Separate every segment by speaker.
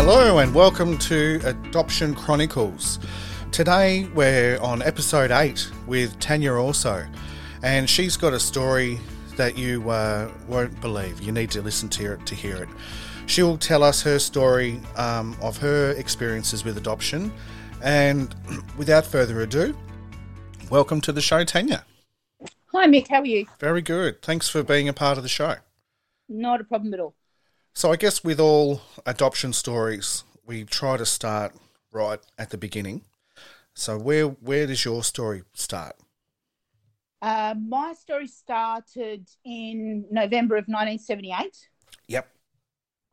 Speaker 1: Hello and welcome to Adoption Chronicles. Today we're on episode 8 with Tanya also, and she's got a story that you uh, won't believe. You need to listen to it to hear it. She'll tell us her story um, of her experiences with adoption, and without further ado, welcome to the show, Tanya.
Speaker 2: Hi, Mick. How are you?
Speaker 1: Very good. Thanks for being a part of the show.
Speaker 2: Not a problem at all.
Speaker 1: So I guess with all adoption stories, we try to start right at the beginning. So where where does your story start?
Speaker 2: Uh, my story started in November of 1978.
Speaker 1: Yep.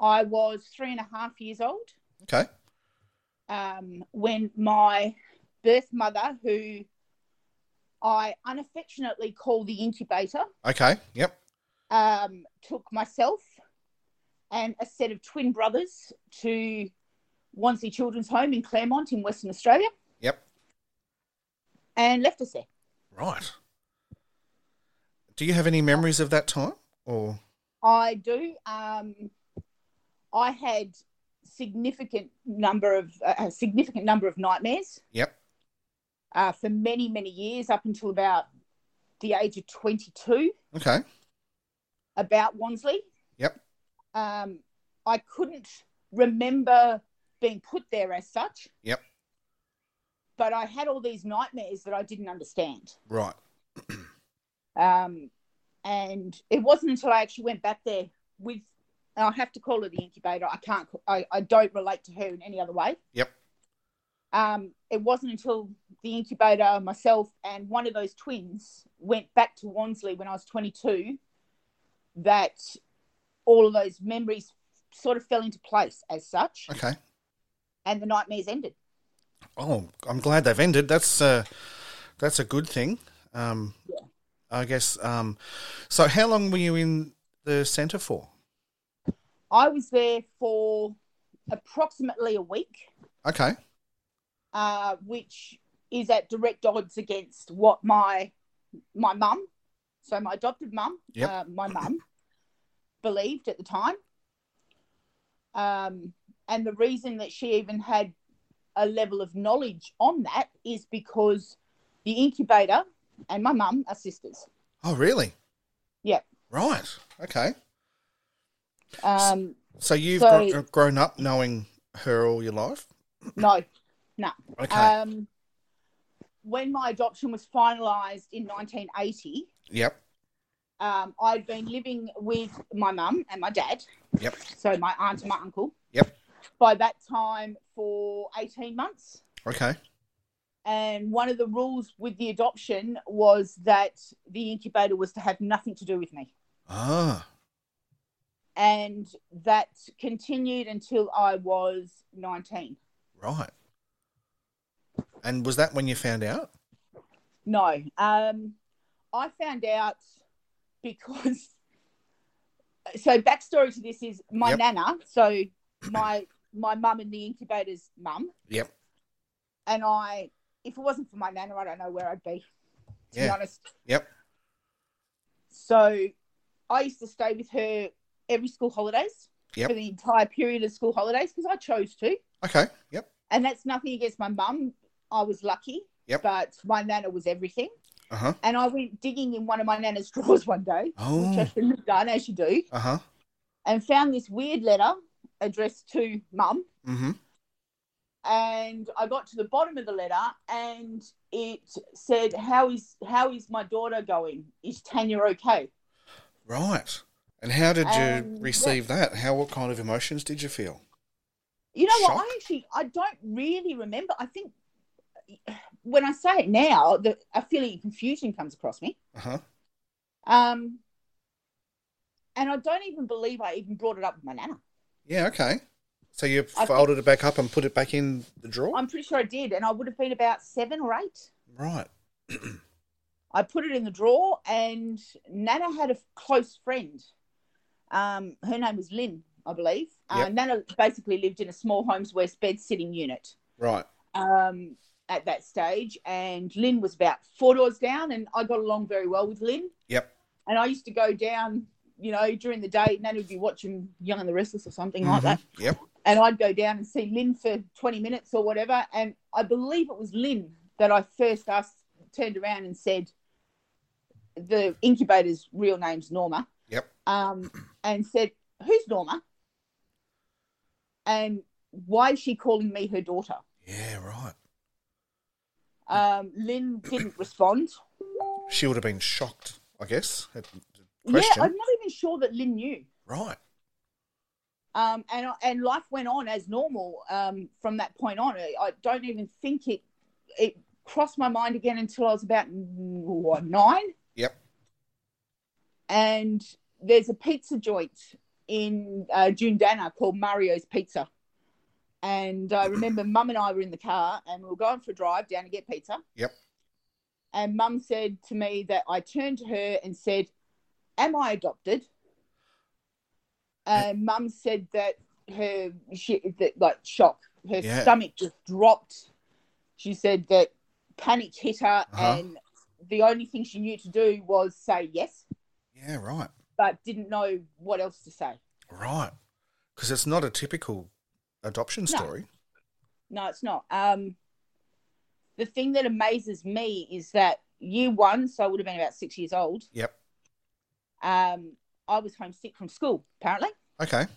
Speaker 2: I was three and a half years old
Speaker 1: Okay.
Speaker 2: um, when my birth mother, who I unaffectionately call the incubator,
Speaker 1: Okay. Yep.
Speaker 2: um, took myself and a set of twin brothers to Wansley Children's Home in Claremont in Western Australia
Speaker 1: Yep.
Speaker 2: and left us there.
Speaker 1: Right. Do you have any memories of that time? Or
Speaker 2: I do. Um, I had significant number of uh, a significant number of nightmares
Speaker 1: yep.
Speaker 2: uh, for many many years up until about the age of 22
Speaker 1: Okay.
Speaker 2: about Wansley.
Speaker 1: Yep.
Speaker 2: Um, I couldn't remember being put there as such,
Speaker 1: Yep.
Speaker 2: but I had all these nightmares that I didn't understand.
Speaker 1: Right.
Speaker 2: Um, and it wasn't until I actually went back there with, and I have to call her the incubator. I can't, I, I don't relate to her in any other way.
Speaker 1: Yep.
Speaker 2: Um, it wasn't until the incubator, myself, and one of those twins went back to Wansley when I was 22 that all of those memories sort of fell into place as such,
Speaker 1: Okay.
Speaker 2: and the nightmares ended.
Speaker 1: Oh, I'm glad they've ended. That's uh, that's a good thing. Um, I guess. Um, so how long were you in the centre for?
Speaker 2: I was there for approximately a week.
Speaker 1: Okay.
Speaker 2: uh, which is at direct odds against what my my mum, so my adopted mum,
Speaker 1: Yep.
Speaker 2: uh, my mum, believed at the time. Um, and the reason that she even had a level of knowledge on that is because the incubator and my mum are sisters.
Speaker 1: Oh, really?
Speaker 2: Yeah.
Speaker 1: Right. Okay.
Speaker 2: Um,
Speaker 1: So you've
Speaker 2: So-
Speaker 1: gro- uh, grown up knowing her all your life.
Speaker 2: no, no.
Speaker 1: Okay.
Speaker 2: Um, when my adoption was finalised in 1980,
Speaker 1: yep.
Speaker 2: um, I'd been living with my mum and my dad,
Speaker 1: Yep.
Speaker 2: so my aunt and my uncle,
Speaker 1: Yep.
Speaker 2: by that time for 18 months.
Speaker 1: Okay.
Speaker 2: And one of the rules with the adoption was that the incubator was to have nothing to do with me.
Speaker 1: Ah.
Speaker 2: And that continued until I was 19.
Speaker 1: Right. And was that when you found out?
Speaker 2: No. Um, I found out because. So backstory to this is my
Speaker 1: Yep.
Speaker 2: nana, so my my mum and the incubator's mum,
Speaker 1: Yep.
Speaker 2: and I. If it wasn't for my nana, I don't know where I'd be. To be
Speaker 1: Yeah.
Speaker 2: honest,
Speaker 1: Yep.
Speaker 2: so I used to stay with her every school holidays
Speaker 1: Yep.
Speaker 2: for the entire period of school holidays because I chose to,
Speaker 1: Okay. Yep.
Speaker 2: and that's nothing against my mum. I was lucky,
Speaker 1: Yep.
Speaker 2: but my nana was everything.
Speaker 1: Uh huh.
Speaker 2: And I went digging in one of my nana's drawers one day, which I
Speaker 1: Oh.
Speaker 2: shouldn't have done, as you do,
Speaker 1: Uh huh.
Speaker 2: and found this weird letter addressed to mum.
Speaker 1: Mm hmm.
Speaker 2: And I got to the bottom of the letter, and it said, "How is how is my daughter going? Is Tanya okay?"
Speaker 1: Right. And how did you
Speaker 2: Um, yeah.
Speaker 1: receive that? How what kind of emotions did you feel?
Speaker 2: You know what?
Speaker 1: Shock?
Speaker 2: I actually I don't really remember. I think when I say it now, the I feel like confusion comes across me.
Speaker 1: Uh huh.
Speaker 2: Um, and I don't even believe I even brought it up with my nana.
Speaker 1: Yeah. Okay. So you
Speaker 2: I think-
Speaker 1: folded it back up and put it back in the drawer.
Speaker 2: I'm pretty sure I did, and I would have been about seven or eight.
Speaker 1: Right.
Speaker 2: I put it in the drawer, and Nana had a close friend. Um, her name was Lynn, I believe. Uh,
Speaker 1: Yep.
Speaker 2: Nana basically lived in a small homes west bed sitting unit
Speaker 1: Right.
Speaker 2: um, at that stage, and Lynn was about four doors down, and I got along very well with Lynn.
Speaker 1: Yep.
Speaker 2: And I used to go down, you know, during the day. Nana would be watching Young and the Restless or something like
Speaker 1: Mhm.
Speaker 2: that.
Speaker 1: Yep.
Speaker 2: and I'd go down and see Lynn for 20 minutes or whatever. And I believe it was Lynn that I first asked, turned around and said, the incubator's real name's Norma,
Speaker 1: Yep.
Speaker 2: um, and said, Who's Norma? And why is she calling me her daughter?
Speaker 1: Yeah. Right.
Speaker 2: Um, Lynn didn't respond.
Speaker 1: She would have been shocked, I guess. at the
Speaker 2: Yeah,
Speaker 1: Question.
Speaker 2: I'm not even sure that Lynn knew.
Speaker 1: Right.
Speaker 2: Um, and and life went on as normal um, from that point on. I, I don't even think it it crossed my mind again until I was about what, nine.
Speaker 1: Yep.
Speaker 2: And there's a pizza joint in uh, Jundana called Mario's Pizza. And I remember Mum and I were in the car and we were going for a drive down to get pizza.
Speaker 1: Yep.
Speaker 2: And Mum said to me that I turned to her and said, "Am I adopted?" And Mum said that her she that like shock, her
Speaker 1: Yeah.
Speaker 2: stomach just dropped. She said that panic hit her,
Speaker 1: Uh-huh.
Speaker 2: and the only thing she knew to do was say yes,
Speaker 1: Yeah. Right.
Speaker 2: but didn't know what else to say.
Speaker 1: Right. Because it's not a typical adoption
Speaker 2: No.
Speaker 1: story.
Speaker 2: No, it's not. Um, the thing that amazes me is that year one, so I would have been about six years old.
Speaker 1: Yep.
Speaker 2: Um, I was homesick from school, apparently.
Speaker 1: Okay.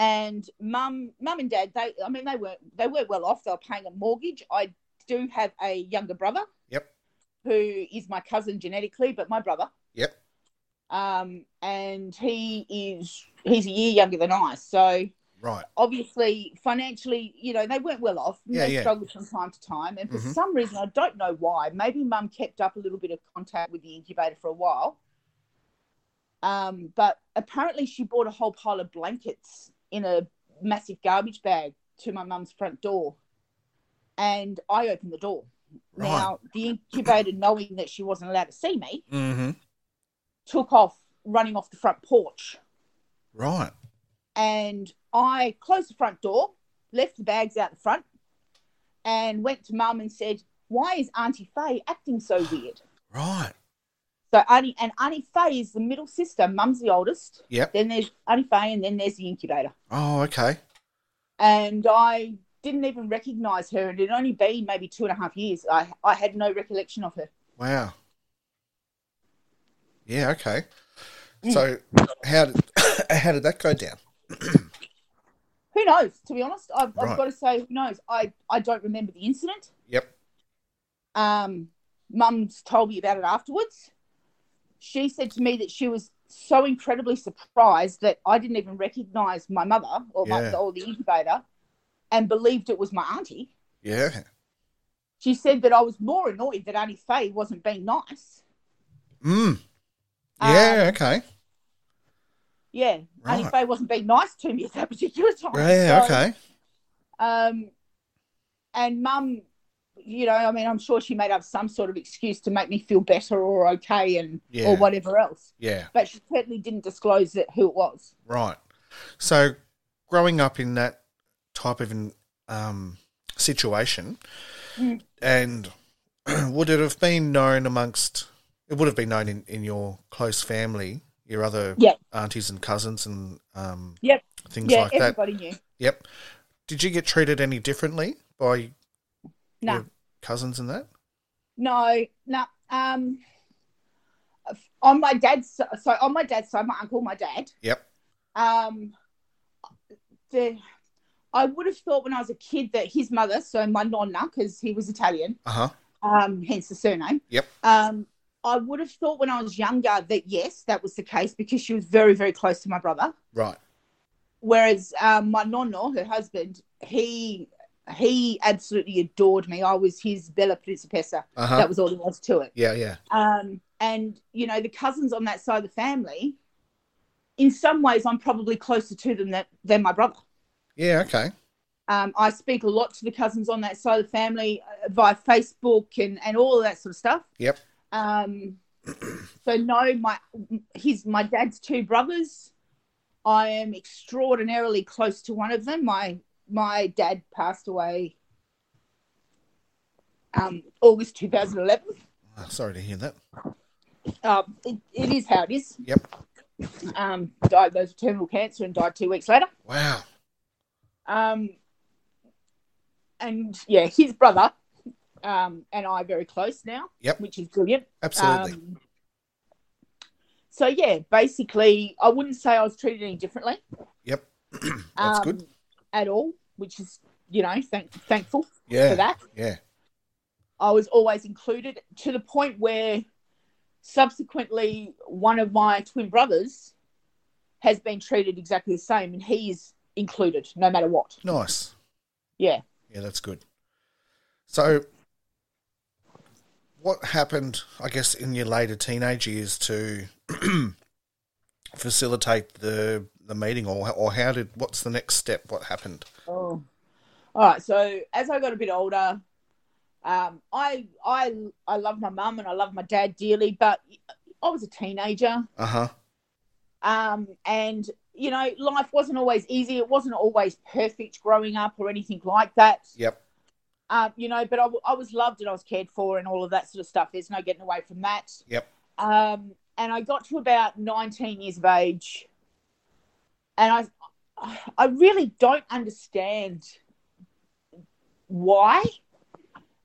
Speaker 2: and mum mum and dad they i mean they weren't they weren't well off they were paying a mortgage i do have a younger brother
Speaker 1: Yep.
Speaker 2: who is my cousin genetically but my brother
Speaker 1: Yep.
Speaker 2: um and he is he's a year younger than i so
Speaker 1: Right.
Speaker 2: obviously financially you know they weren't well off and
Speaker 1: Yeah,
Speaker 2: they
Speaker 1: yeah.
Speaker 2: struggled from time to time and for
Speaker 1: Mhm.
Speaker 2: some reason i don't know why maybe mum kept up a little bit of contact with the incubator for a while um, but apparently she bought a whole pile of blankets in a massive garbage bag to my mum's front door and i opened the door
Speaker 1: Right.
Speaker 2: now the incubator knowing that she wasn't allowed to see me
Speaker 1: Mm-hmm.
Speaker 2: took off running off the front porch
Speaker 1: Right.
Speaker 2: and I closed the front door, left the bags out the front, and went to mum and said, "Why is Auntie Faye acting so weird?"
Speaker 1: Right.
Speaker 2: So Auntie and Auntie Faye is the middle sister. Mum's the oldest.
Speaker 1: Yep.
Speaker 2: Then there's Auntie Faye, and then there's the incubator.
Speaker 1: Oh, okay.
Speaker 2: And I didn't even recognise her, and it had only been maybe two and a half years. I I had no recollection of her.
Speaker 1: Wow. Yeah. Okay.
Speaker 2: Mm.
Speaker 1: So, how did how did that go down?
Speaker 2: Who knows? To be honest, I've,
Speaker 1: Right.
Speaker 2: I've got to say, who knows? I I don't remember the incident.
Speaker 1: Yep.
Speaker 2: um, mum's told me about it afterwards. She said to me that she was so incredibly surprised that I didn't even recognize my mother or,
Speaker 1: Yeah.
Speaker 2: my, or the incubator and believed it was my auntie.
Speaker 1: Yeah.
Speaker 2: She said that I was more annoyed that Auntie Faye wasn't being nice.
Speaker 1: Mm. Yeah.
Speaker 2: Um,
Speaker 1: okay.
Speaker 2: Yeah, Auntie
Speaker 1: Right.
Speaker 2: Faye wasn't being nice to me at that particular time.
Speaker 1: Yeah.
Speaker 2: So,
Speaker 1: Okay.
Speaker 2: Um, and Mum, you know, I mean, I'm sure she made up some sort of excuse to make me feel better or okay and
Speaker 1: Yeah.
Speaker 2: or whatever else.
Speaker 1: Yeah.
Speaker 2: But she certainly didn't disclose it who it was.
Speaker 1: Right. So, growing up in that type of um, situation, and would it have been known amongst? It would have been known in, in your close family, your other
Speaker 2: Yeah.
Speaker 1: aunties and cousins, and um,
Speaker 2: Yep.
Speaker 1: things
Speaker 2: yeah,
Speaker 1: like that.
Speaker 2: everybody knew.
Speaker 1: Yep. Did you get treated any differently by
Speaker 2: No.
Speaker 1: your cousins and that?
Speaker 2: No, no. Um, on my dad's so on my dad's side, my uncle, my dad.
Speaker 1: Yep.
Speaker 2: Um, the I would have thought when I was a kid that his mother, so my nonna, because he was Italian,
Speaker 1: Uh huh.
Speaker 2: um, hence the surname.
Speaker 1: Yep.
Speaker 2: Um, I would have thought when I was younger that yes, that was the case because she was very, very close to my brother.
Speaker 1: Right.
Speaker 2: Whereas um, my nonno, her husband, he he absolutely adored me. I was his bella principessa.
Speaker 1: Uh huh.
Speaker 2: That was all there was to it.
Speaker 1: Yeah. Yeah.
Speaker 2: Um, and you know, the cousins on that side of the family, in some ways, I'm probably closer to them than, than my brother.
Speaker 1: Yeah. Okay.
Speaker 2: Um, I speak a lot to the cousins on that side of the family uh, via Facebook and, and all of that sort of stuff.
Speaker 1: Yep.
Speaker 2: Um, so no, my his my dad's two brothers. I am extraordinarily close to one of them. My my dad passed away um, August 2011.
Speaker 1: Oh, sorry to hear that.
Speaker 2: Um, it, it is how it is.
Speaker 1: Yep.
Speaker 2: um, diagnosed with terminal cancer and died two weeks later.
Speaker 1: Wow.
Speaker 2: Um, and yeah, his brother um, and I are very close now,
Speaker 1: Yep.
Speaker 2: which is brilliant.
Speaker 1: Absolutely.
Speaker 2: Um, so yeah, basically, I wouldn't say I was treated any differently
Speaker 1: yep. That's
Speaker 2: um,
Speaker 1: good.
Speaker 2: at all, which is you know thank- thankful
Speaker 1: Yeah.
Speaker 2: for that.
Speaker 1: Yeah.
Speaker 2: I was always included to the point where subsequently one of my twin brothers has been treated exactly the same and he is included no matter what.
Speaker 1: Nice.
Speaker 2: Yeah.
Speaker 1: Yeah, that's good. So, what happened, I guess, in your later teenage years to facilitate the the meeting, or or how did what's the next step? What happened?
Speaker 2: Oh. All right. So as I got a bit older, um, I I I love my mum and I love my dad dearly, but I was a teenager,
Speaker 1: Uh huh.
Speaker 2: um, and you know life wasn't always easy. It wasn't always perfect growing up or anything like that.
Speaker 1: Yep.
Speaker 2: Um, you know, but I, w- I was loved and I was cared for and all of that sort of stuff. There's no getting away from that.
Speaker 1: Yep.
Speaker 2: Um, and I got to about 19 years of age, and I, I really don't understand why.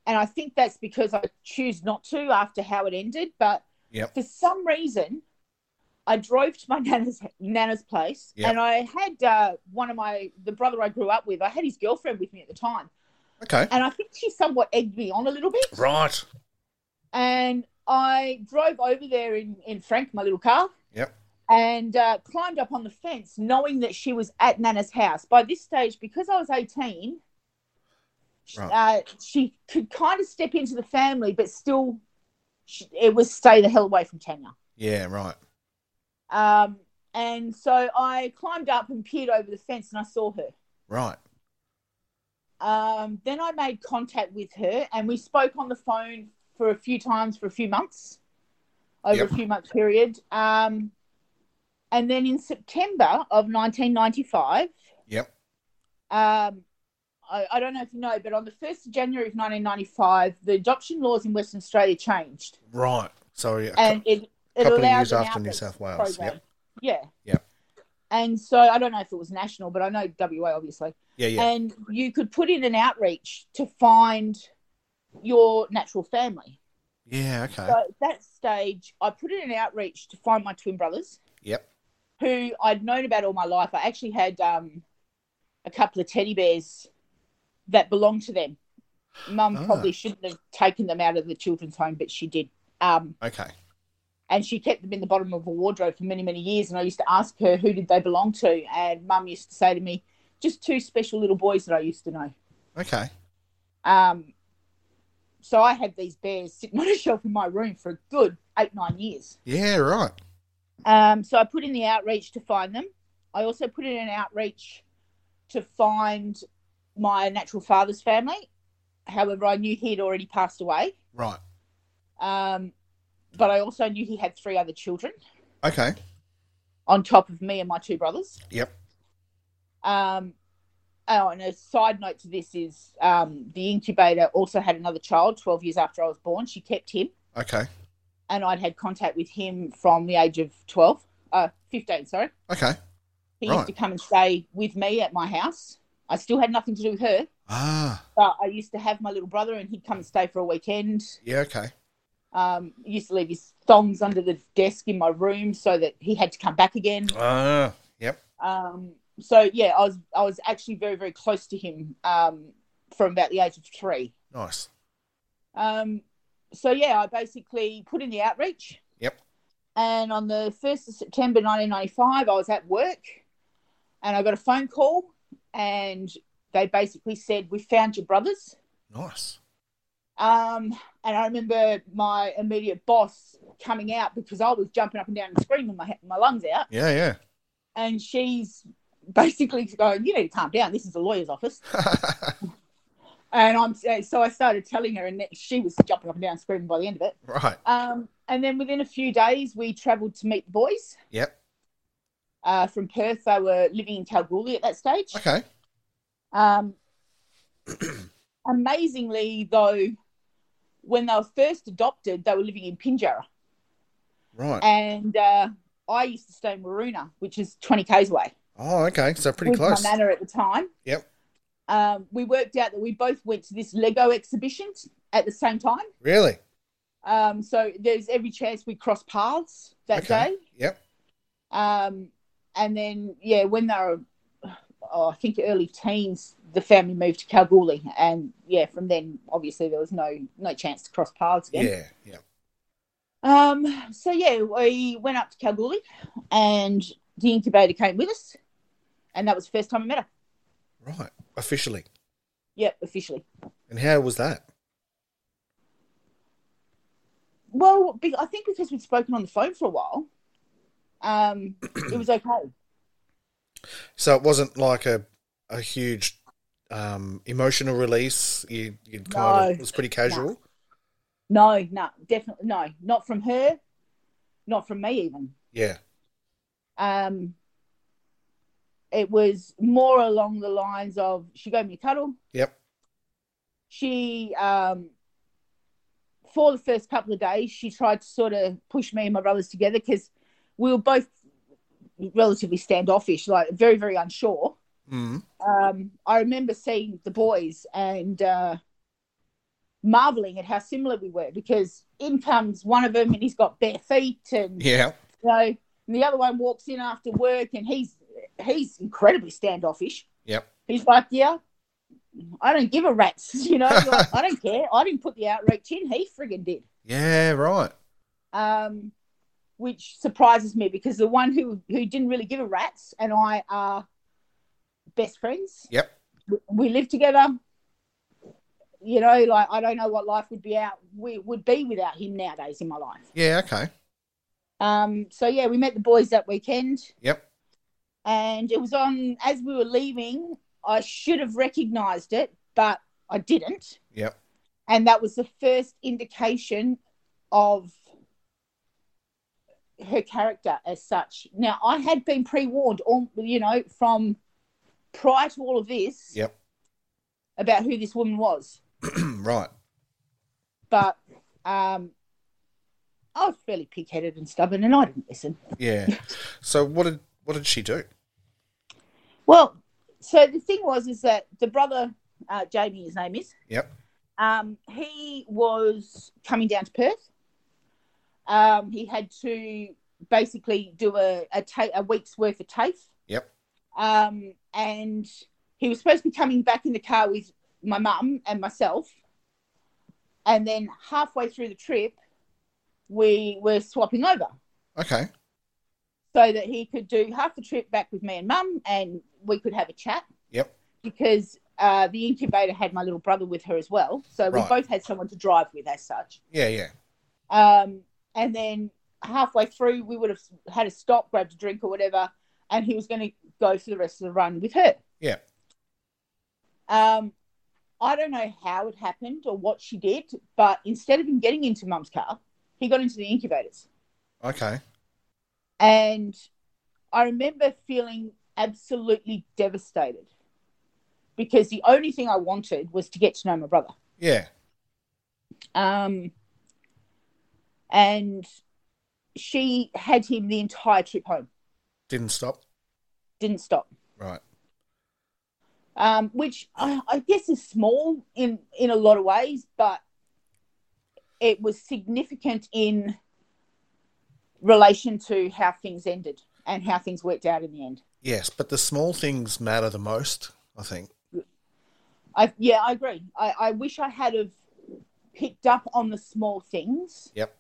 Speaker 2: And I think that's because I choose not to after how it ended. But
Speaker 1: Yep.
Speaker 2: for some reason, I drove to my nana's nana's place,
Speaker 1: Yep.
Speaker 2: and I had uh, one of my the brother I grew up with. I had his girlfriend with me at the time
Speaker 1: Okay.
Speaker 2: and I think she somewhat egged me on a little bit.
Speaker 1: Right.
Speaker 2: And I drove over there in, in Frank, my little car,
Speaker 1: Yep.
Speaker 2: and uh, climbed up on the fence, knowing that she was at Nana's house. By this stage, because I was 18, sh- uh,
Speaker 1: Right.
Speaker 2: she could kind of step into the family, but still, sh it was stay the hell away from Tanya.
Speaker 1: Yeah. Right.
Speaker 2: Um, and so I climbed up and peered over the fence and I saw her.
Speaker 1: Right.
Speaker 2: Um, then I made contact with her and we spoke on the phone for a few times for a few months, over
Speaker 1: Yep.
Speaker 2: a few month period. Um, and then in September of 1995,
Speaker 1: Yep.
Speaker 2: um, I, I don't know if you know, but on the 1st of January of 1995, the adoption laws in Western Australia changed
Speaker 1: Right. Sorry.
Speaker 2: and it, it
Speaker 1: couple of
Speaker 2: allowed
Speaker 1: years
Speaker 2: an
Speaker 1: after New
Speaker 2: outreach
Speaker 1: South Wales,
Speaker 2: program.
Speaker 1: yep.
Speaker 2: Yeah.
Speaker 1: Yep.
Speaker 2: And so I don't know if it was national, but I know WA obviously
Speaker 1: yeah. Yeah.
Speaker 2: and you could put in an outreach to find your natural family.
Speaker 1: Yeah. Okay.
Speaker 2: So at that stage, I put in an outreach to find my twin brothers,
Speaker 1: Yep.
Speaker 2: who I'd known about all my life. I actually had um, a couple of teddy bears that belonged to them. Mum
Speaker 1: Ah.
Speaker 2: probably shouldn't have taken them out of the children's home, but she did. Um,
Speaker 1: Okay.
Speaker 2: and she kept them in the bottom of a wardrobe for many, many years. And I used to ask her who did they belong to, and Mum used to say to me, "Just two special little boys that I used to know."
Speaker 1: Okay.
Speaker 2: Um, So I had these bears sitting on a shelf in my room for a good eight, nine years.
Speaker 1: Yeah, right.
Speaker 2: Um, so I put in the outreach to find them. I also put in an outreach to find my natural father's family. However, I knew he'd already passed away.
Speaker 1: Right.
Speaker 2: Um, but I also knew he had three other children
Speaker 1: Okay.
Speaker 2: on top of me and my two brothers.
Speaker 1: Yep.
Speaker 2: Um, oh, and a side note to this is um, the incubator also had another child 12 years after I was born. She kept him,
Speaker 1: Okay.
Speaker 2: and I'd had contact with him from the age of 12, uh, 15, sorry.
Speaker 1: Okay.
Speaker 2: He
Speaker 1: Right.
Speaker 2: used to come and stay with me at my house. I still had nothing to do with her,
Speaker 1: Ah.
Speaker 2: but I used to have my little brother, and he'd come and stay for a weekend.
Speaker 1: Yeah. Okay.
Speaker 2: Um, he used to leave his thongs under the desk in my room so that he had to come back again.
Speaker 1: Ah. Yep.
Speaker 2: Um, so yeah, I was I was actually very very close to him um, from about the age of three.
Speaker 1: Nice.
Speaker 2: Um, so yeah, I basically put in the outreach.
Speaker 1: Yep.
Speaker 2: And on the first of September 1995, I was at work, and I got a phone call, and they basically said, "We found your brothers."
Speaker 1: Nice.
Speaker 2: Um, and I remember my immediate boss coming out because I was jumping up and down and screaming my my lungs out,
Speaker 1: Yeah.
Speaker 2: and she's basically going, "You need to calm down. This is a lawyer's office."
Speaker 1: Yeah.
Speaker 2: And I'm so I started telling her, and then she was jumping up and down screaming by the end of it.
Speaker 1: right.
Speaker 2: Um, and then within a few days, we travelled to meet the boys
Speaker 1: Yep.
Speaker 2: uh, from Perth. They were living in Kalgoorlie at that stage.
Speaker 1: Okay.
Speaker 2: Um, amazingly, though, when they were first adopted, they were living in Pinjarra,
Speaker 1: Right.
Speaker 2: and uh, I used to stay in Waruna, which is 20 k's away.
Speaker 1: Oh, okay. So pretty
Speaker 2: with
Speaker 1: close.
Speaker 2: my nana at the time.
Speaker 1: Yep.
Speaker 2: Um, we worked out that we both went to this Lego exhibition at the same time.
Speaker 1: Really?
Speaker 2: Um, so there's every chance we cross paths that
Speaker 1: Okay.
Speaker 2: day.
Speaker 1: Yep.
Speaker 2: Um, and then, yeah, when they were, oh, I think early teens, the family moved to Kalgoorlie, and yeah, from then obviously there was no no chance to cross paths again.
Speaker 1: Yeah. Yeah.
Speaker 2: Um, so yeah, we went up to Kalgoorlie, and the incubator came with us, and that was the first time I met her.
Speaker 1: Right. Officially.
Speaker 2: Yep, officially.
Speaker 1: And how was that?
Speaker 2: Well, be- I think because we'd spoken on the phone for a while, um, it was okay.
Speaker 1: So it wasn't like a a huge um, emotional release. You you kind
Speaker 2: No.
Speaker 1: of it was pretty casual.
Speaker 2: No, no, definitely no. Not from her, not from me even.
Speaker 1: Yeah.
Speaker 2: Um, it was more along the lines of she gave me a cuddle.
Speaker 1: Yep.
Speaker 2: She, um, for the first couple of days, she tried to sort of push me and my brothers together because we were both relatively standoffish, like very, very unsure.
Speaker 1: Mm.
Speaker 2: Um, I remember seeing the boys and uh, marveling at how similar we were because in comes one of them and he's got bare feet and
Speaker 1: Yeah.
Speaker 2: you know, and the other one walks in after work and he's he's incredibly standoffish.
Speaker 1: Yep.
Speaker 2: He's like, yeah, I don't give a rat's, you know, like, I don't care. I didn't put the outreach in. He friggin' did,
Speaker 1: Yeah. Right.
Speaker 2: um, which surprises me because the one who who didn't really give a rat's and I are best friends.
Speaker 1: Yep.
Speaker 2: We- We live together. You know, like I don't know what life would be out we would be without him nowadays in my life.
Speaker 1: Yeah. Okay.
Speaker 2: Um, so yeah, we met the boys that weekend.
Speaker 1: Yep.
Speaker 2: and it was on as we were leaving. I should have recognized it, but I didn't.
Speaker 1: Yep.
Speaker 2: And that was the first indication of her character as such. Now, I had been pre warned, you know, from prior to all of this
Speaker 1: Yep.
Speaker 2: about who this woman was,
Speaker 1: right.
Speaker 2: but um, I was fairly pig headed and stubborn and I didn't listen.
Speaker 1: Yeah. So what did what did she do?
Speaker 2: Well, so the thing was, is that the brother, uh, Jamie, his name is,
Speaker 1: Yep.
Speaker 2: Um, he was coming down to Perth. Um, he had to basically do a a, ta- a week's worth of TAFE,
Speaker 1: Yep.
Speaker 2: um, and he was supposed to be coming back in the car with my mum and myself. And then halfway through the trip, we were swapping over
Speaker 1: Okay.
Speaker 2: so that he could do half the trip back with me and mum, and we could have a chat
Speaker 1: Yep.
Speaker 2: because uh, the incubator had my little brother with her as well. So we
Speaker 1: Right.
Speaker 2: both had someone to drive with as such.
Speaker 1: Yeah, yeah.
Speaker 2: Um, and then halfway through, we would have had a stop, grabbed a drink or whatever, and he was going to go for the rest of the run with her.
Speaker 1: Yeah.
Speaker 2: Um, I don't know how it happened or what she did, but instead of him getting into mum's car, he got into the E incubators.
Speaker 1: Okay.
Speaker 2: And I remember feeling absolutely devastated because the only thing I wanted was to get to know my brother.
Speaker 1: Yeah.
Speaker 2: Um, and she had him the entire trip home,
Speaker 1: Didn't stop.
Speaker 2: didn't stop.
Speaker 1: Right.
Speaker 2: Um, which I, I guess is small in in a lot of ways, but it was significant in relation to how things ended and how things worked out in the end.
Speaker 1: Yes, but the small things matter the most, I think.
Speaker 2: I yeah, I agree. I, I wish I had have picked up on the small things
Speaker 1: Yep.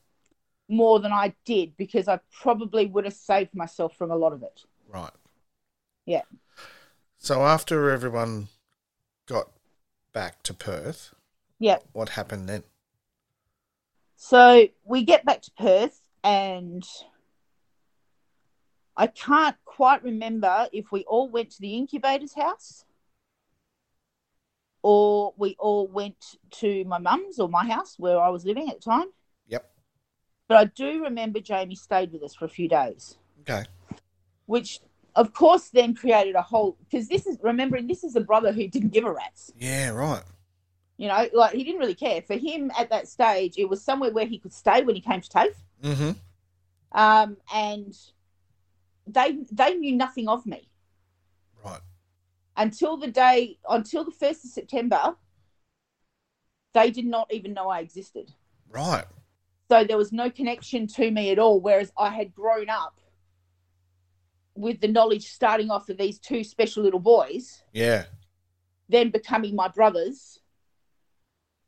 Speaker 2: more than I did because I probably would have saved myself from a lot of it.
Speaker 1: Right.
Speaker 2: Yeah.
Speaker 1: So after everyone got back to Perth,
Speaker 2: Yeah.
Speaker 1: what happened then?
Speaker 2: So we get back to Perth, and I can't quite remember if we all went to the incubator's house or we all went to my mum's or my house where I was living at the time.
Speaker 1: Yep.
Speaker 2: But I do remember Jamie stayed with us for a few days,
Speaker 1: Okay.
Speaker 2: which of course then created a whole because this is remembering this is a brother who didn't give a rat's.
Speaker 1: Yeah, right.
Speaker 2: You know, like he didn't really care. For him at that stage, it was somewhere where he could stay when he came to TAFE.
Speaker 1: Mm-hmm.
Speaker 2: um, and they they knew nothing of me
Speaker 1: Right.
Speaker 2: until the day until the first of September. They did not even know I existed,
Speaker 1: Right.
Speaker 2: so there was no connection to me at all. Whereas I had grown up with the knowledge, starting off of these two special little boys,
Speaker 1: Yeah.
Speaker 2: then becoming my brothers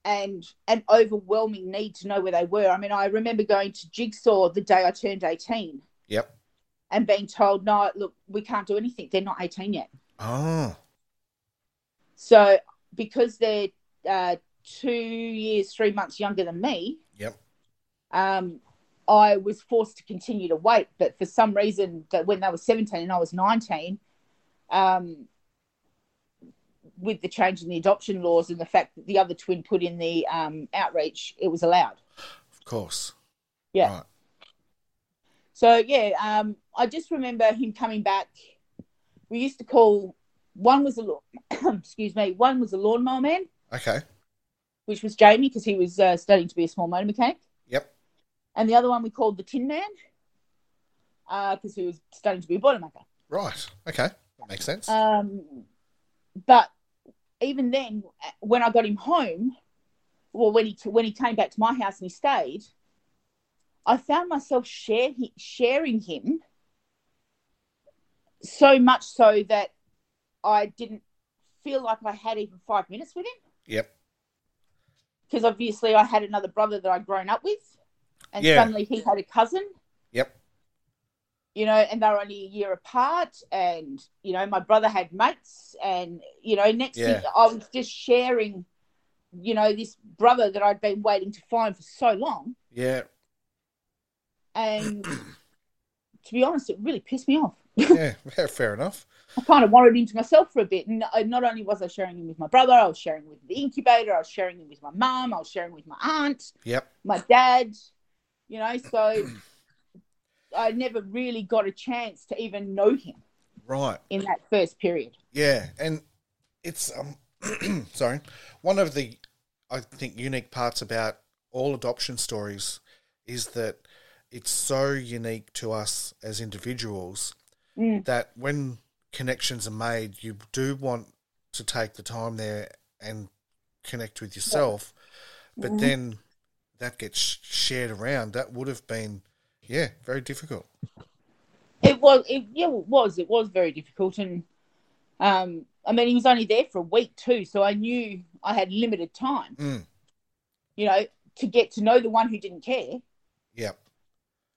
Speaker 2: and an overwhelming need to know where they were. I mean, I remember going to Jigsaw the day I turned 18
Speaker 1: Yep.
Speaker 2: and being told, no, look, we can't do anything. They're not 18 yet.
Speaker 1: Oh.
Speaker 2: So because they're uh, two years, three months younger than me,
Speaker 1: Yep.
Speaker 2: um, I was forced to continue to wait. But for some reason, that when they were 17 and I was 19, um, with the change in the adoption laws and the fact that the other twin put in the um, outreach, it was allowed.
Speaker 1: Of course.
Speaker 2: Yeah.
Speaker 1: Right.
Speaker 2: So yeah, um, I just remember him coming back. We used to call one was a lawn, excuse me, one was a lawnmower man,
Speaker 1: Okay.
Speaker 2: which was Jamie because he was uh, studying to be a small motor mechanic,
Speaker 1: Yep.
Speaker 2: and the other one we called the Tin Man because he was studying to be a boilermaker.
Speaker 1: Right. Okay. That makes sense.
Speaker 2: Um, but even then, when I got him home, well, when he when he came back to my house and he stayed, I found myself share, sharing him so much so that I didn't feel like I had even five minutes with him
Speaker 1: yep.
Speaker 2: because obviously I had another brother that I'd grown up with, and
Speaker 1: Yeah.
Speaker 2: suddenly he had a cousin,
Speaker 1: Yep.
Speaker 2: you know, and they were only a year apart. And, you know, my brother had mates. And, you know, next
Speaker 1: Yeah.
Speaker 2: thing I was just sharing, you know, this brother that I'd been waiting to find for so long.
Speaker 1: Yeah.
Speaker 2: And to be honest, it really pissed me off.
Speaker 1: Yeah. yeah. Fair enough.
Speaker 2: I kind of worried into myself for a bit. And I, not only was I sharing him with my brother, I was sharing him with the incubator, I was sharing him with my mum, I was sharing with my aunt,
Speaker 1: Yep.
Speaker 2: my dad, you know, so I never really got a chance to even know him
Speaker 1: Right.
Speaker 2: in that first period.
Speaker 1: Yeah, and it's um sorry. One of the I think unique parts about all adoption stories is that it's so unique to us as individuals
Speaker 2: Mm.
Speaker 1: that when connections are made, you do want to take the time there and connect with yourself. But then that gets sh- shared around. That would have been yeah, very difficult.
Speaker 2: It was, it, yeah, it was. It was very difficult, and um, I mean, he was only there for a week too, so I knew I had limited time,
Speaker 1: Mm.
Speaker 2: you know, to get to know the one who didn't care,
Speaker 1: Yeah.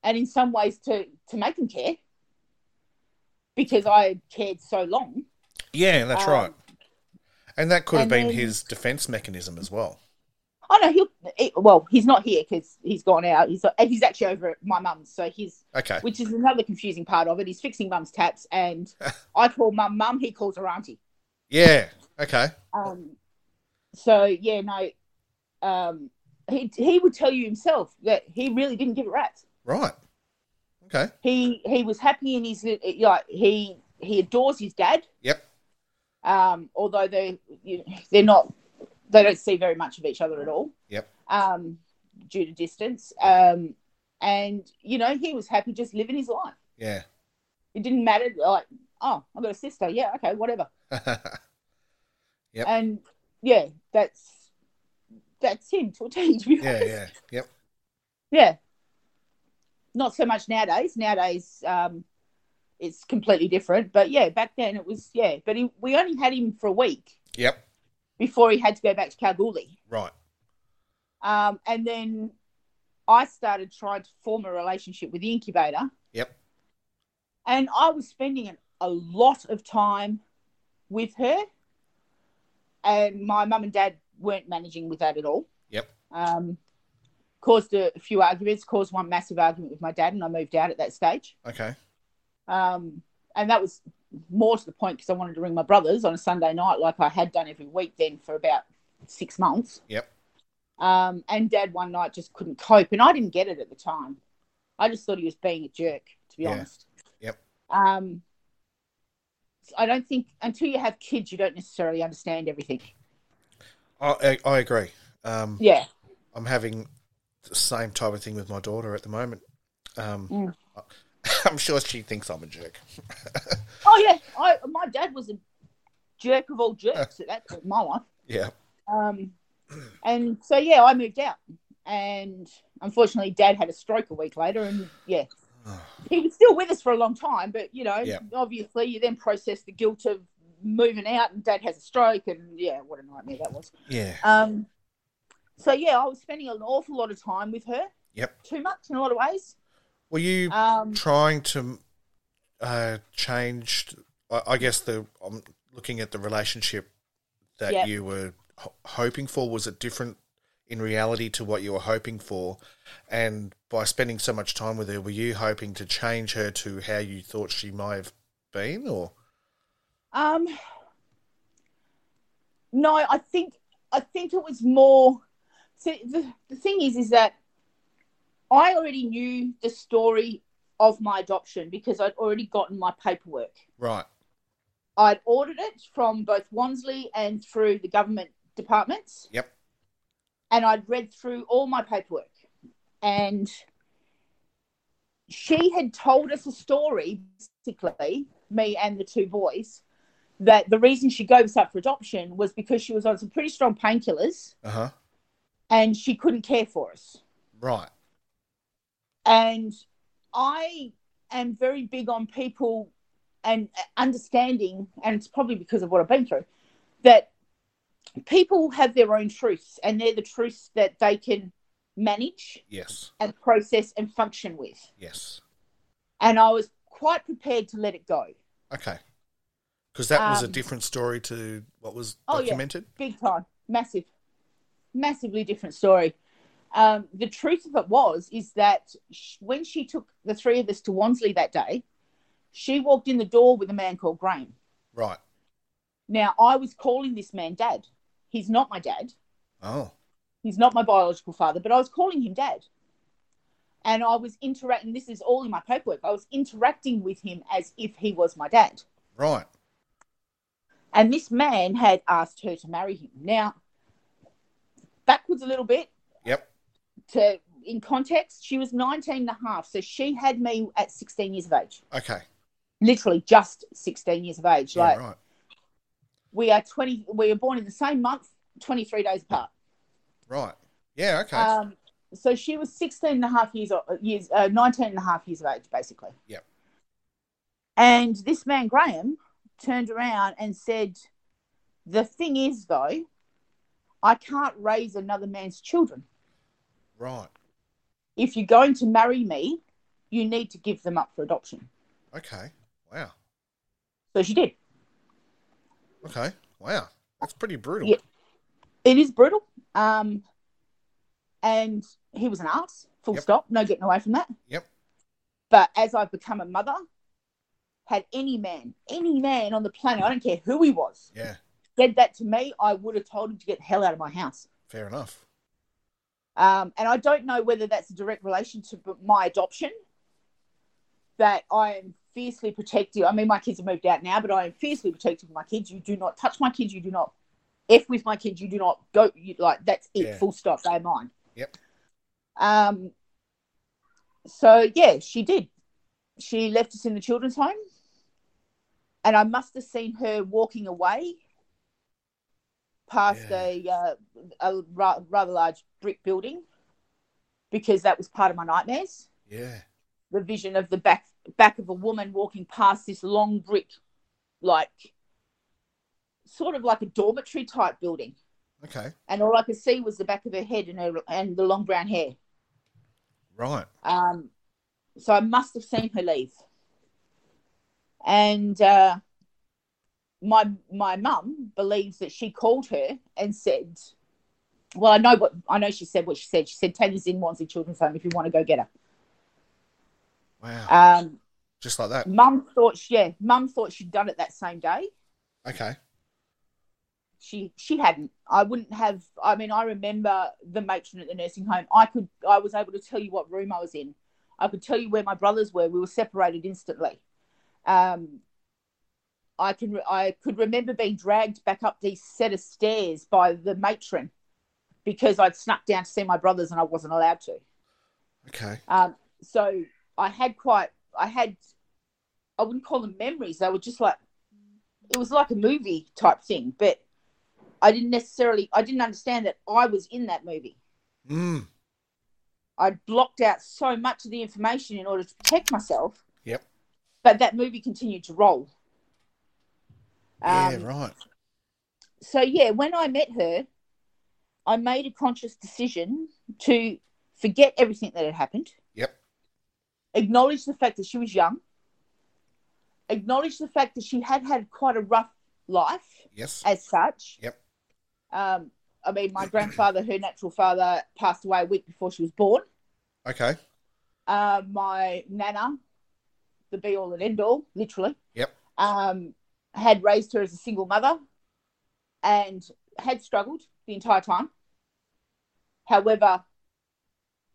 Speaker 2: and in some ways to to make him care, because I cared so long.
Speaker 1: Yeah, that's
Speaker 2: Um,
Speaker 1: right. And that could have
Speaker 2: And
Speaker 1: been
Speaker 2: then-
Speaker 1: his defense mechanism as well.
Speaker 2: Oh no, he'll. It, well, he's not here because he's gone out. He's and he's actually over at my mum's, so he's,
Speaker 1: Okay.
Speaker 2: which is another confusing part of it. He's fixing mum's taps, and I call mum mum. He calls her auntie.
Speaker 1: Yeah. Okay.
Speaker 2: Um, so yeah, no. Um, he he would tell you himself that he really didn't give a rat's.
Speaker 1: Right. Okay.
Speaker 2: He he was happy in his like he he adores his dad.
Speaker 1: Yep.
Speaker 2: um, although they you, they're not they don't see very much of each other at all
Speaker 1: Yep.
Speaker 2: um, due to distance um, and you know he was happy just living his life
Speaker 1: Yeah.
Speaker 2: it didn't matter like oh i've got a sister yeah okay whatever
Speaker 1: Yep.
Speaker 2: and yeah that's that's him to a T, to be
Speaker 1: yeah.
Speaker 2: honest.
Speaker 1: Yeah. Yep.
Speaker 2: yeah not so much nowadays nowadays um, it's completely different but yeah back then it was yeah but he, we only had him for a week
Speaker 1: Yep.
Speaker 2: before he had to go back to kalgoorlie
Speaker 1: Right.
Speaker 2: Um, and then I started trying to form a relationship with the incubator.
Speaker 1: Yep.
Speaker 2: And I was spending an, a lot of time with her. And my mum and dad weren't managing with that at all.
Speaker 1: Yep.
Speaker 2: Um, caused a few arguments, caused one massive argument with my dad, and I moved out at that stage.
Speaker 1: Okay.
Speaker 2: Um, and that was more to the point because I wanted to ring my brothers on a Sunday night, like I had done every week then for about six months.
Speaker 1: Yep.
Speaker 2: Um, and dad one night just couldn't cope. And I didn't get it at the time. I just thought he was being a jerk, to be
Speaker 1: Yeah.
Speaker 2: honest.
Speaker 1: Yep.
Speaker 2: Um, so I don't think until you have kids, you don't necessarily understand everything.
Speaker 1: I I, I agree. Um,
Speaker 2: Yeah.
Speaker 1: I'm having the same type of thing with my daughter at the moment. Um,
Speaker 2: Mm.
Speaker 1: I'm sure she thinks I'm a jerk.
Speaker 2: Oh, yeah. I, my dad was a jerk of all jerks at that point in my life.
Speaker 1: Yeah.
Speaker 2: Um, and so, yeah, I moved out. And unfortunately, dad had a stroke a week later. And yeah, he was still with us for a long time. But, you know,
Speaker 1: Yeah.
Speaker 2: obviously, you then process the guilt of moving out and dad has a stroke. And yeah, what a nightmare that was.
Speaker 1: Yeah.
Speaker 2: Um, so, yeah, I was spending an awful lot of time with her,
Speaker 1: Yep.
Speaker 2: too much in a lot of ways.
Speaker 1: Were you
Speaker 2: Um,
Speaker 1: trying to uh, change? I, I guess the I'm looking at the relationship that
Speaker 2: Yep.
Speaker 1: you were ho- hoping for. Was it different in reality to what you were hoping for? And by spending so much time with her, were you hoping to change her to how you thought she might have been? Or
Speaker 2: Um, no, I think I think it was more. See, the, the thing is, is that I already knew the story of my adoption because I'd already gotten my paperwork.
Speaker 1: right?
Speaker 2: I'd ordered it from both Wansley and through the government departments,
Speaker 1: Yep.
Speaker 2: and I'd read through all my paperwork. And she had told us a story, basically, me and the two boys, that the reason she gave us up for adoption was because she was on some pretty strong painkillers
Speaker 1: Uh huh.
Speaker 2: and she couldn't care for us.
Speaker 1: Right.
Speaker 2: And I am very big on people and understanding, and it's probably because of what I've been through, that people have their own truths and they're the truths that they can manage
Speaker 1: Yes.
Speaker 2: and process and function with.
Speaker 1: Yes.
Speaker 2: And I was quite prepared to let it go,
Speaker 1: Okay. Because that was a
Speaker 2: Um,
Speaker 1: different story to what was
Speaker 2: Oh, yeah.
Speaker 1: documented.
Speaker 2: big time, massive, massively different story. Um, the truth of it was is that sh- when she took the three of us to Wansley that day, she walked in the door with a man called Graham.
Speaker 1: Right.
Speaker 2: Now, I was calling this man dad. He's not my dad.
Speaker 1: Oh.
Speaker 2: He's not my biological father, but I was calling him dad. And I was interacting, this is all in my paperwork. I was interacting with him as if he was my dad.
Speaker 1: Right.
Speaker 2: And this man had asked her to marry him. Now, backwards a little bit
Speaker 1: Yep.
Speaker 2: to in context, she was 19 and a half. So she had me at 16 years of age,
Speaker 1: Okay.
Speaker 2: literally just 16 years of age.
Speaker 1: Yeah,
Speaker 2: like,
Speaker 1: right.
Speaker 2: we are 20, we were born in the same month, 23 days apart.
Speaker 1: Right. Yeah. Okay.
Speaker 2: Um, so she was 16 and a half years, years uh, 19 and a half years of age, basically.
Speaker 1: Yep.
Speaker 2: And this man, Graham, turned around and said, The thing is, though, I can't raise another man's children.
Speaker 1: right.
Speaker 2: If you're going to marry me, you need to give them up for adoption.
Speaker 1: Okay. Wow.
Speaker 2: So she did.
Speaker 1: Okay. Wow. That's pretty brutal.
Speaker 2: Yeah. It is brutal. Um, and he was an arse, full
Speaker 1: Yep.
Speaker 2: stop. No getting away from that.
Speaker 1: Yep.
Speaker 2: But as I've become a mother, had any man, any man on the planet, I don't care who he was,
Speaker 1: Yeah.
Speaker 2: said that to me, I would have told him to get the hell out of my house.
Speaker 1: Fair enough.
Speaker 2: Um, and I don't know whether that's a direct relation to b- my adoption, that I am fiercely protective. I mean, my kids have moved out now, but I am fiercely protective of my kids. You do not touch my kids. You do not F with my kids. You do not go, you, like, that's it,
Speaker 1: Yeah.
Speaker 2: full stop. They're mine.
Speaker 1: Yep.
Speaker 2: Um, so, yeah, she did. She left us in the children's home. And I must have seen her walking away past
Speaker 1: Yeah.
Speaker 2: a, uh, a ra- rather large brick building because that was part of my nightmares
Speaker 1: Yeah.
Speaker 2: the vision of the back back of a woman walking past this long brick like sort of like a dormitory type building
Speaker 1: Okay.
Speaker 2: and all i could see was the back of her head and her and the long brown hair
Speaker 1: Right.
Speaker 2: um so i must have seen her leave and uh my my mum believes that she called her and said well i know what i know she said what she said she said tanya's in wansley children's home if you want to go get her
Speaker 1: Wow.
Speaker 2: um
Speaker 1: Just like that.
Speaker 2: Mum thought, she, yeah, Mum thought she'd done it that same day.
Speaker 1: Okay.
Speaker 2: She she hadn't. I wouldn't have. I mean, I remember the matron at the nursing home. I could. I was able to tell you what room I was in. I could tell you where my brothers were. We were separated instantly. Um, I can. re- I could remember being dragged back up these set of stairs by the matron because I'd snuck down to see my brothers and I wasn't allowed to.
Speaker 1: Okay.
Speaker 2: Um, so I had quite, I had, I wouldn't call them memories. They were just like, it was like a movie type thing, but I didn't necessarily, I didn't understand that I was in that movie.
Speaker 1: Mm.
Speaker 2: I blocked out so much of the information in order to protect myself,
Speaker 1: Yep.
Speaker 2: but that movie continued to roll.
Speaker 1: Yeah.
Speaker 2: Um,
Speaker 1: right.
Speaker 2: so yeah, when I met her, I made a conscious decision to forget everything that had happened.
Speaker 1: Yep.
Speaker 2: acknowledge the fact that she was young, acknowledge the fact that she had had quite a rough life
Speaker 1: Yes.
Speaker 2: as such.
Speaker 1: Yep.
Speaker 2: Um, I mean, my grandfather, her natural father, passed away a week before she was born.
Speaker 1: Okay.
Speaker 2: Uh, my nana, the be all and end all, literally,
Speaker 1: Yep.
Speaker 2: um, had raised her as a single mother and had struggled the entire time. However,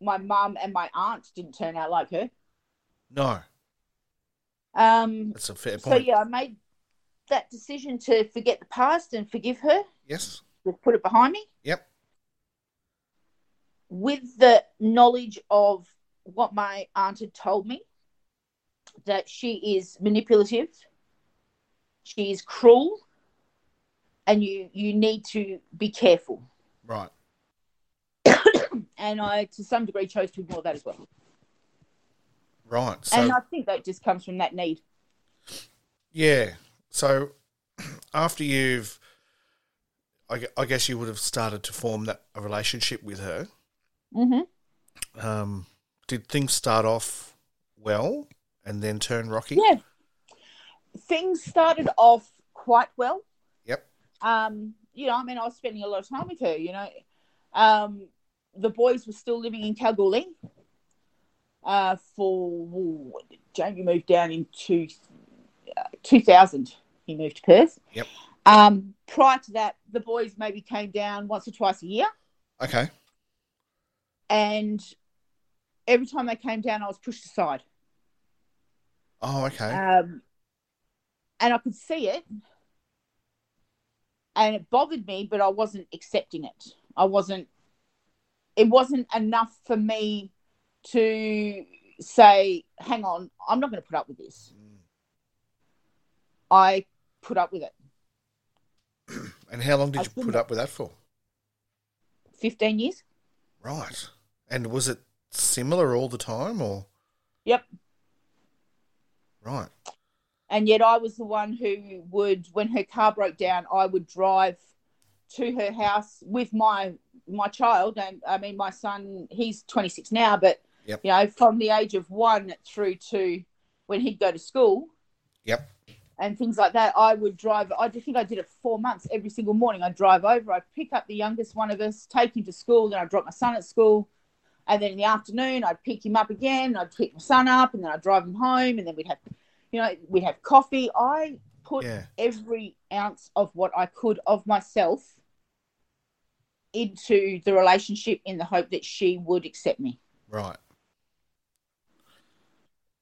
Speaker 2: my mum and my aunt didn't turn out like her.
Speaker 1: No.
Speaker 2: Um,
Speaker 1: That's a fair
Speaker 2: So
Speaker 1: point.
Speaker 2: yeah, I made that decision to forget the past and forgive her,
Speaker 1: Yes.
Speaker 2: to put it behind me,
Speaker 1: Yep.
Speaker 2: with the knowledge of what my aunt had told me, that she is manipulative, she is cruel, and you you need to be careful.
Speaker 1: Right.
Speaker 2: And I, to some degree, chose to ignore that as well.
Speaker 1: Right. So
Speaker 2: and I think that just comes from that need.
Speaker 1: yeah. So after you've, I, gue- I guess you would have started to form that a relationship with her.
Speaker 2: Mm-hmm.
Speaker 1: Um, did things start off well and then turn rocky?
Speaker 2: Yeah, things started off quite well.
Speaker 1: Yep.
Speaker 2: um, you know, I mean, I was spending a lot of time with her, you know. Um, the boys were still living in Kalgoorlie uh, for, ooh, Jamie moved down in two, uh, 2000. He moved to Perth.
Speaker 1: Yep.
Speaker 2: Um, prior to that, the boys maybe came down once or twice a year.
Speaker 1: Okay.
Speaker 2: And every time they came down, I was pushed aside.
Speaker 1: Oh, okay.
Speaker 2: Um, and I could see it, and it bothered me, but I wasn't accepting it. I wasn't. It wasn't enough for me to say, "Hang on, I'm not going to put up with this." I put up with it.
Speaker 1: and how long
Speaker 2: I
Speaker 1: did you
Speaker 2: couldn't-
Speaker 1: put up with that for?
Speaker 2: Fifteen years.
Speaker 1: Right. And was it similar all the time or?
Speaker 2: Yep.
Speaker 1: Right.
Speaker 2: And yet, I was the one who would, when her car broke down, I would drive to her house with my my child, and I mean, my son. He's 26 now, but
Speaker 1: Yep.
Speaker 2: you know, from the age of one through to when he'd go to school,
Speaker 1: Yep.
Speaker 2: and things like that. I would drive. I do think I did it for four months. Every single morning, I'd drive over. I'd pick up the youngest one of us, take him to school. Then I'd drop my son at school. And then in the afternoon, I'd pick him up again. I'd pick my son up, and then I'd drive him home. And then we'd have, you know, we'd have coffee. I put
Speaker 1: Yeah.
Speaker 2: every ounce of what I could of myself into the relationship in the hope that she would accept me.
Speaker 1: Right.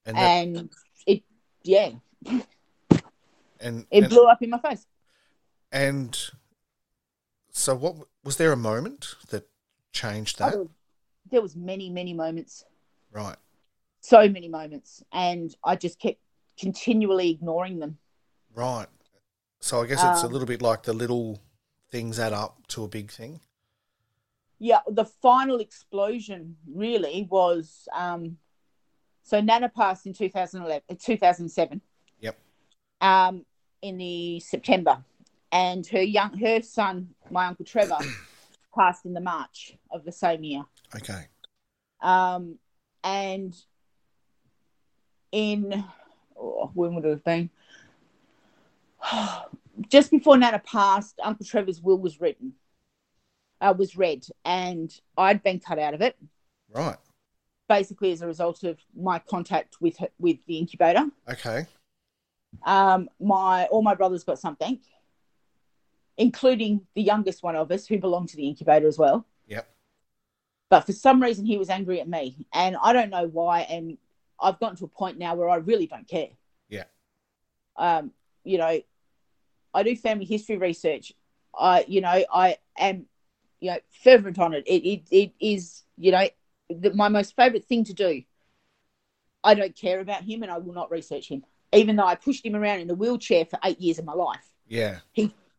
Speaker 1: And that, and,
Speaker 2: And it, yeah,
Speaker 1: and,
Speaker 2: it
Speaker 1: and,
Speaker 2: blew up in my face.
Speaker 1: so what was there a moment that changed that?
Speaker 2: Oh, there was many, many moments,
Speaker 1: Right.
Speaker 2: so many moments, and I just kept continually ignoring them.
Speaker 1: Right. So I guess it's a
Speaker 2: Um,
Speaker 1: little bit like the little things add up to a big thing.
Speaker 2: yeah, the final explosion really was um, so Nana passed in 2011, uh, 2007.
Speaker 1: Yep.
Speaker 2: Um, in the September, and her young her son, my uncle Trevor, passed in the March of the same year.
Speaker 1: Okay.
Speaker 2: Um, and in oh, when would it have been? Just before Nana passed, Uncle Trevor's will was written, uh, was read, and I'd been cut out of it
Speaker 1: Right.
Speaker 2: basically as a result of my contact with her, with the incubator.
Speaker 1: Okay.
Speaker 2: Um, my all my brothers got something, including the youngest one of us who belonged to the incubator as well.
Speaker 1: Yep.
Speaker 2: but for some reason he was angry at me and i don't know why and i've gotten to a point now where i really don't care
Speaker 1: Yeah.
Speaker 2: um you know i do family history research i you know i am you know fervent on it it it, it is you know the, my most favorite thing to do i don't care about him and i will not research him even though i pushed him around in a wheelchair for eight years of my life
Speaker 1: Yeah.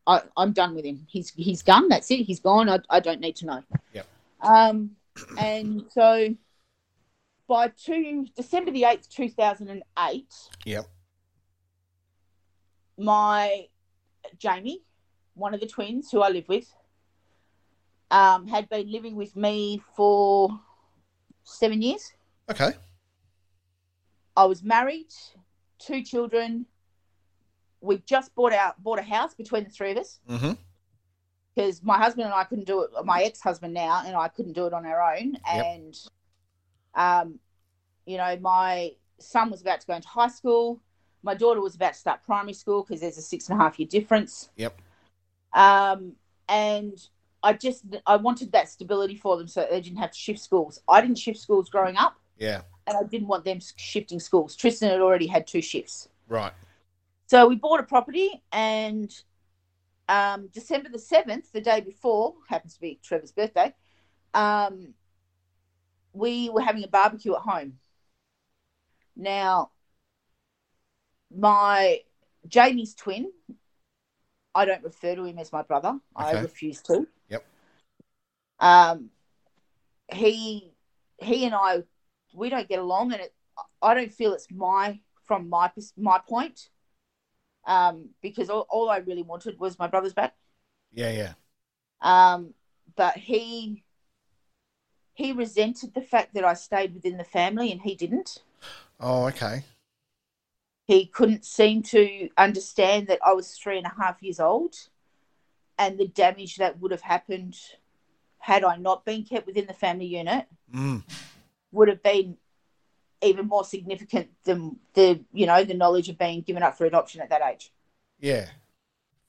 Speaker 2: I, I'm done with him. He's he's done. That's it. He's gone. I, I don't need to know.
Speaker 1: Yep.
Speaker 2: Um, and so by two December the eighth, two thousand and eight,
Speaker 1: Yep.
Speaker 2: my Jamie, one of the twins who I live with, um, had been living with me for seven years.
Speaker 1: Okay.
Speaker 2: I was married, two children. We just bought out bought a house between the three of us.
Speaker 1: Mm-hmm.
Speaker 2: because my husband and I couldn't do it. My ex husband now and I couldn't do it on our own.
Speaker 1: Yep.
Speaker 2: And, um, you know, my son was about to go into high school. My daughter was about to start primary school because there's a six and a half year difference.
Speaker 1: Yep.
Speaker 2: Um, and I just I wanted that stability for them so they didn't have to shift schools. I didn't shift schools growing up,
Speaker 1: Yeah.
Speaker 2: and I didn't want them shifting schools. Tristan had already had two shifts.
Speaker 1: Right.
Speaker 2: So we bought a property, and um, December the seventh, the day before, happens to be Trevor's birthday. Um, we were having a barbecue at home. Now, my Jamie's twin. I don't refer to him as my brother. I
Speaker 1: Okay.
Speaker 2: refuse to.
Speaker 1: Yep.
Speaker 2: Um, he he and I we don't get along, and it, I don't feel it's my from my pers- my point um, because all, all I really wanted was my brother's back.
Speaker 1: Yeah. Yeah.
Speaker 2: Um, but he he resented the fact that I stayed within the family and he didn't.
Speaker 1: Oh, okay.
Speaker 2: He couldn't seem to understand that I was three and a half years old and the damage that would have happened had I not been kept within the family unit
Speaker 1: Mm.
Speaker 2: would have been even more significant than the you know the knowledge of being given up for adoption at that age.
Speaker 1: Yeah.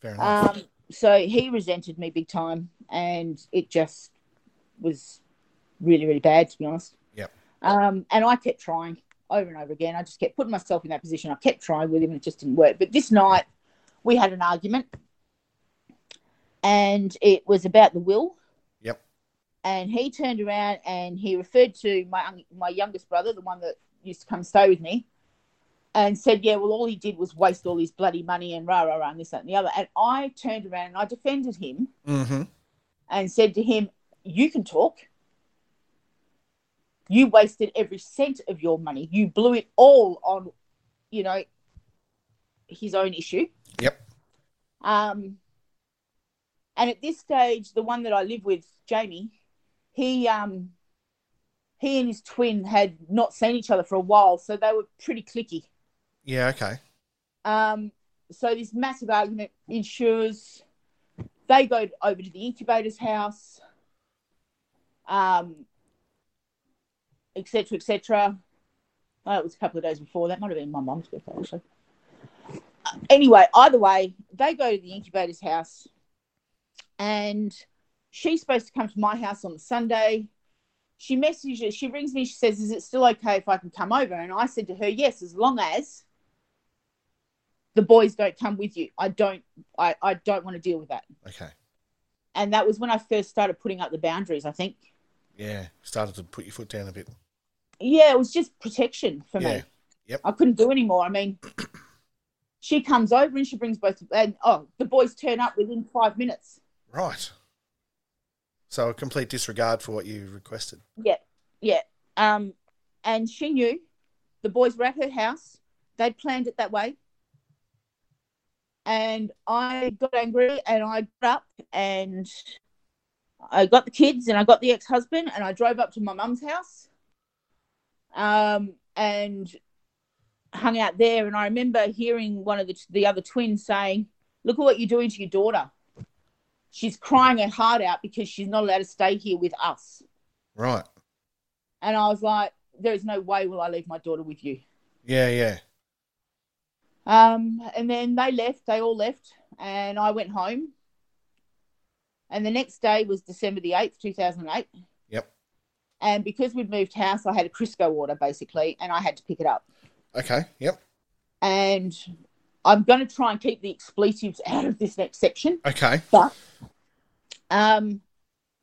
Speaker 1: Fair enough.
Speaker 2: Um, so he resented me big time, and it just was really, really bad, to be honest.
Speaker 1: Yep.
Speaker 2: Um, and I kept trying over and over again. I just kept putting myself in that position. I kept trying with him, and it just didn't work. But this night, we had an argument, and it was about the will.
Speaker 1: Yep.
Speaker 2: And he turned around and he referred to my my youngest brother, the one that used to come stay with me, and said, "Yeah, well, all he did was waste all his bloody money and rah rah rah and this that and the other." And I turned around and I defended him
Speaker 1: Mm-hmm.
Speaker 2: and said to him, "You can talk. You wasted every cent of your money. You blew it all on, you know, his own issue."
Speaker 1: Yep.
Speaker 2: Um, and at this stage, the one that I live with, Jamie, he um, he and his twin had not seen each other for a while, so they were pretty clicky.
Speaker 1: Yeah. Okay.
Speaker 2: Um, so this massive argument ensures they go over to the incubator's house, um, et cetera, et cetera. Oh, it was a couple of days before. That might have been my mum's birthday, actually. Uh, Anyway, either way, they go to the incubator's house, and she's supposed to come to my house on the Sunday. She messages, she rings me, she says, Is it still okay if I can come over? And I said to her, Yes, as long as the boys don't come with you. I don't I, I don't want to deal with that.
Speaker 1: Okay.
Speaker 2: And that was when I first started putting up the boundaries, I think.
Speaker 1: Yeah. Started to put your foot down a bit.
Speaker 2: Yeah, it was just protection for
Speaker 1: Yeah.
Speaker 2: me.
Speaker 1: Yep.
Speaker 2: I couldn't do anymore. I mean, she comes over and she brings both, and oh, the boys turn up within five minutes.
Speaker 1: Right. So a complete disregard for what you requested.
Speaker 2: Yeah, yeah. Um, and she knew the boys were at her house. They'd planned it that way. And I got angry and I got up and I got the kids and I got the ex husband and I drove up to my mum's house um, and hung out there. And I remember hearing one of the, the other twins saying, Look at what you're doing to your daughter. She's crying her heart out because she's not allowed to stay here with us.
Speaker 1: Right.
Speaker 2: And I was like, there is no way will I leave my daughter with you.
Speaker 1: Yeah, yeah.
Speaker 2: Um, and then they left, they all left, and I went home. And the next day was December the 8th, 2008.
Speaker 1: Yep.
Speaker 2: And because we'd moved house, I had a Crisco order basically, and I had to pick it up.
Speaker 1: Okay. Yep.
Speaker 2: And I'm going to try and keep the expletives out of this next section.
Speaker 1: Okay.
Speaker 2: But um,